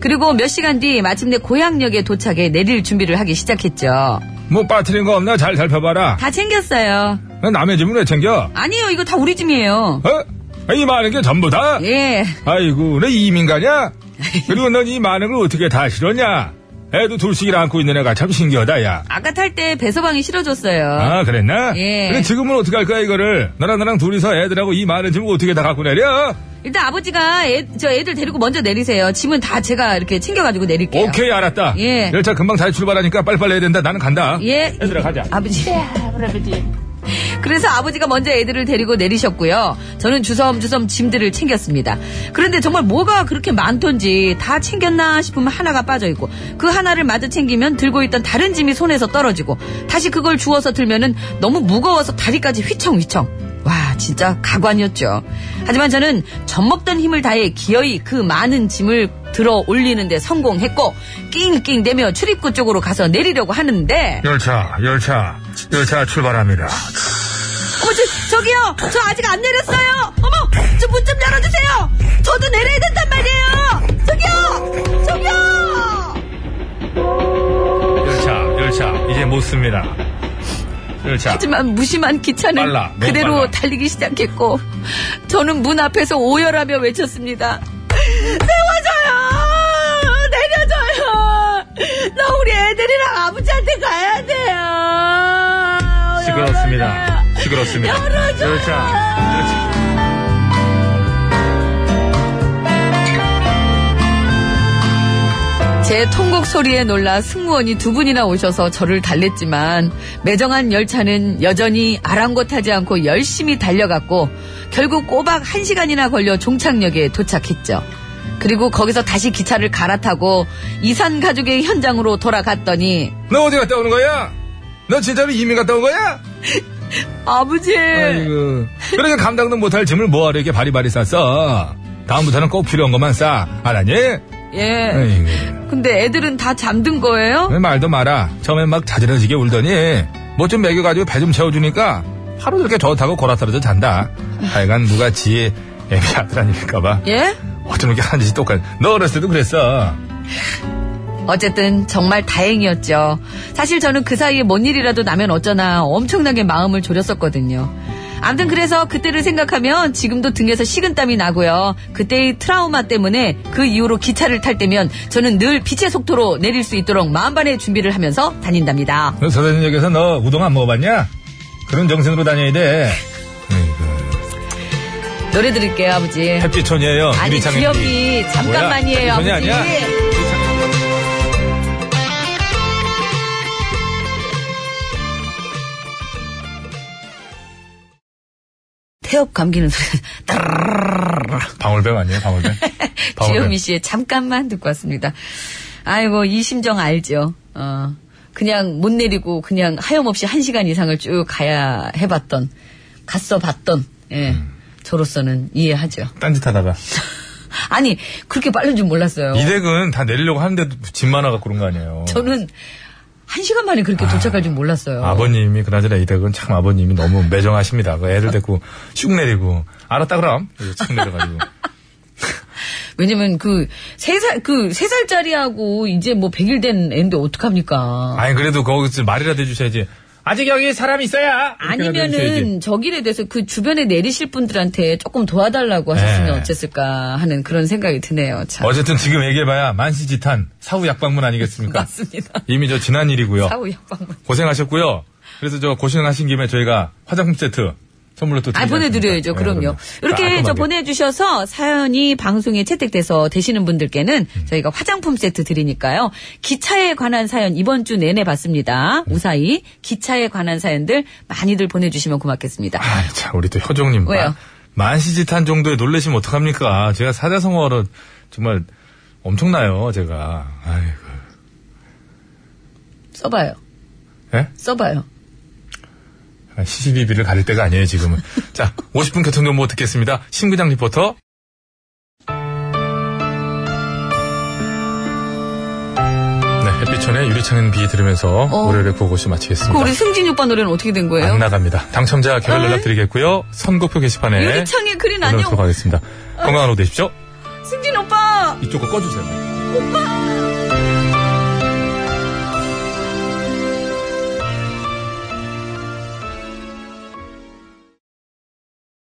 [SPEAKER 2] 그리고 몇 시간 뒤 마침내 고향역에 도착해 내릴 준비를 하기 시작했죠.
[SPEAKER 1] 뭐 빠뜨린 거 없나 잘 살펴봐라.
[SPEAKER 2] 다 챙겼어요.
[SPEAKER 1] 나 남의 집은 왜 챙겨?
[SPEAKER 2] 아니요, 이거 다 우리 짐이에요.
[SPEAKER 1] 어? 이 많은 게 전부다?
[SPEAKER 2] 예.
[SPEAKER 1] 아이고, 너
[SPEAKER 2] [laughs]
[SPEAKER 1] 이민가냐? 그리고 넌 이 많은 걸 어떻게 다 실었냐? 애도 둘씩이나 안고 있는 애가 참 신기하다, 야.
[SPEAKER 2] 아까 탈 때 배서방이 실어줬어요.
[SPEAKER 1] 아, 그랬나?
[SPEAKER 2] 예.
[SPEAKER 1] 그래, 지금은 어떻게 할 거야, 이거를? 너랑 나랑 둘이서 애들하고 이 많은 짐을 어떻게 다 갖고 내려?
[SPEAKER 2] 일단 아버지가 애, 저 애들 데리고 먼저 내리세요. 짐은 다 제가 이렇게 챙겨가지고 내릴게요.
[SPEAKER 1] 오케이, 알았다.
[SPEAKER 2] 예.
[SPEAKER 1] 열차 금방 다시 출발하니까 빨리빨리 해야 된다. 나는 간다.
[SPEAKER 2] 예.
[SPEAKER 1] 얘들아, 가자.
[SPEAKER 2] 아버지. 그래서 아버지가 먼저 애들을 데리고 내리셨고요. 저는 주섬주섬 짐들을 챙겼습니다. 그런데 정말 뭐가 그렇게 많던지 다 챙겼나 싶으면 하나가 빠져있고 그 하나를 마저 챙기면 들고 있던 다른 짐이 손에서 떨어지고 다시 그걸 주워서 들면은 너무 무거워서 다리까지 휘청휘청. 와, 진짜 가관이었죠. 하지만 저는 젖먹던 힘을 다해 기어이 그 많은 짐을 들어 올리는데 성공했고 낑낑 대며 출입구 쪽으로 가서 내리려고 하는데
[SPEAKER 1] 열차, 열차, 열차 출발합니다.
[SPEAKER 2] 어머 저, 저기요 저 아직 안 내렸어요 어머 저 문 좀 열어주세요 저도 내려야 된단 말이에요 저기요 저기요
[SPEAKER 1] 열차, 열차, 이제 못 씁니다. 열차.
[SPEAKER 2] 하지만 무심한 기차는
[SPEAKER 1] 빨라, 너무
[SPEAKER 2] 그대로
[SPEAKER 1] 빨라.
[SPEAKER 2] 달리기 시작했고 저는 문 앞에서 오열하며 외쳤습니다 세워줘요 내려줘요 나 우리 애들이랑 아버지한테 가야 돼요
[SPEAKER 1] 시끄럽습니다. 시끄럽습니다.
[SPEAKER 2] 열어줘요.
[SPEAKER 1] 열차, 열차.
[SPEAKER 2] 제 통곡 소리에 놀라 승무원이 두 분이나 오셔서 저를 달랬지만 매정한 열차는 여전히 아랑곳하지 않고 열심히 달려갔고 결국 꼬박 한 시간이나 걸려 종착역에 도착했죠. 그리고 거기서 다시 기차를 갈아타고 이산 가족의 현장으로 돌아갔더니
[SPEAKER 1] 너 어디 갔다 오는 거야? 너 진짜로 이민 갔다 온 거야?
[SPEAKER 2] 아버지
[SPEAKER 1] 아이고. 그러게 감당도 못할 짐을 뭐하러 이렇게 바리바리 쌌어. 다음부터는 꼭 필요한 것만 싸. 알았니?
[SPEAKER 2] 예
[SPEAKER 1] 아이고.
[SPEAKER 2] 근데 애들은 다 잠든 거예요?
[SPEAKER 1] 왜 말도 마라. 처음엔 막 자지러지게 울더니 뭐 좀 먹여가지고 배 좀 채워주니까 하루 이렇게 좋다고 고라떨어져 잔다. 하여간 누가 지 애비 아들아닐까봐
[SPEAKER 2] 예?
[SPEAKER 1] 어쩜 이렇게 하는 짓이 똑같. 너 어렸을 때도 그랬어.
[SPEAKER 2] 어쨌든 정말 다행이었죠. 사실 저는 그 사이에 뭔 일이라도 나면 어쩌나 엄청나게 마음을 졸였었거든요. 암튼 그래서 그때를 생각하면 지금도 등에서 식은땀이 나고요. 그때의 트라우마 때문에 그 이후로 기차를 탈 때면 저는 늘 빛의 속도로 내릴 수 있도록 마음반의 준비를 하면서 다닌답니다.
[SPEAKER 1] 너 서산역에서 너 우동 안 먹어봤냐? 그런 정신으로 다녀야 돼.
[SPEAKER 2] 노래 드릴게요, 아버지.
[SPEAKER 1] 햇빛촌이에요.
[SPEAKER 2] 아니,
[SPEAKER 1] 유리창에.
[SPEAKER 2] 기억이 잠깐만이에요,
[SPEAKER 1] 뭐야?
[SPEAKER 2] 아버지.
[SPEAKER 1] 전혀 아니야?
[SPEAKER 2] 태엽 감기는 소리. 따르르르르.
[SPEAKER 1] 방울뱀 아니에요?
[SPEAKER 2] [laughs]
[SPEAKER 1] 방울뱀? [laughs] 방울뱀.
[SPEAKER 2] 주현미 씨의 잠깐만 듣고 왔습니다. 아이고 이 심정 알죠. 어 그냥 못 내리고 그냥 하염없이 한 시간 이상을 쭉 가야 해봤던 갔어 봤던 예
[SPEAKER 1] 음.
[SPEAKER 2] 저로서는 이해하죠.
[SPEAKER 1] 딴짓하다가.
[SPEAKER 2] 아니 그렇게 빠른 줄 몰랐어요.
[SPEAKER 1] 이댁은 다 내리려고 하는데도 짐 많아갖고 그런 거 아니에요.
[SPEAKER 2] 저는 한 시간 만에 그렇게 도착할 줄 몰랐어요.
[SPEAKER 1] 아. 아버님이 뭐. 그나저나 이댁은 참 아버님이 너무 매정하십니다. 그 애들 데리고 슉 내리고 알았다 그럼 이러고 슉 내려가지고
[SPEAKER 2] [laughs] 왜냐면 그 세 살 그 세 살짜리하고 이제 뭐 100일 된 애인데 어떡합니까?
[SPEAKER 1] 아니 그래도 거기서 말이라도 해주셔야지 아직 여기 사람 있어야 이렇게라도 해주셔야지.
[SPEAKER 2] 아니면은 저길에 대해서 그 주변에 내리실 분들한테 조금 도와달라고 하셨으면
[SPEAKER 1] 네.
[SPEAKER 2] 어쨌을까 하는 그런 생각이 드네요. 참.
[SPEAKER 1] 어쨌든 지금 얘기해봐야 만시지탄 사후 약방문 아니겠습니까?
[SPEAKER 2] [laughs] 맞습니다.
[SPEAKER 1] 이미 저 지난 일이고요.
[SPEAKER 2] 사후 약방문.
[SPEAKER 1] 고생하셨고요. 그래서 저 고생하신 김에 저희가 화장품 세트 선물로 또
[SPEAKER 2] 아,
[SPEAKER 1] 드리지
[SPEAKER 2] 보내드려야죠.
[SPEAKER 1] 않습니까? 예,
[SPEAKER 2] 그럼요. 이렇게 저
[SPEAKER 1] 깔끔하게.
[SPEAKER 2] 보내주셔서 사연이 방송에 채택돼서 되시는 분들께는
[SPEAKER 1] 음.
[SPEAKER 2] 저희가 화장품 세트 드리니까요. 기차에 관한 사연 이번 주 내내 받습니다.
[SPEAKER 1] 음.
[SPEAKER 2] 무사히 기차에 관한 사연들 많이들 보내주시면 고맙겠습니다.
[SPEAKER 1] 아, 자, 우리 또 효정님.
[SPEAKER 2] 왜요?
[SPEAKER 1] 만- 만시지탄 정도에 놀라시면 어떡합니까? 제가 사자성어로 정말 엄청나요, 제가. 아이고.
[SPEAKER 2] 써봐요.
[SPEAKER 1] 예?
[SPEAKER 2] 써봐요.
[SPEAKER 1] 시시비비를 가릴 때가 아니에요,
[SPEAKER 2] [laughs]
[SPEAKER 1] 지금은. 자, 50분 교통정보 듣겠습니다. 신구장 리포터. 네, 햇빛천에 유리창은 비 들으면서 월요일에 고고쇼
[SPEAKER 2] 그
[SPEAKER 1] 마치겠습니다.
[SPEAKER 2] 우리 승진이 오빠 노래는 어떻게 된 거예요? 아.
[SPEAKER 1] 안 나갑니다. 당첨자 개별 연락 드리겠고요. 선거표 게시판에
[SPEAKER 2] 유리창에 그린
[SPEAKER 1] 올려놓도록
[SPEAKER 2] 안녕.
[SPEAKER 1] 하겠습니다. 건강한 오후 되십시오.
[SPEAKER 2] 승진 오빠!
[SPEAKER 1] 이쪽 거 꺼주세요.
[SPEAKER 4] 오빠!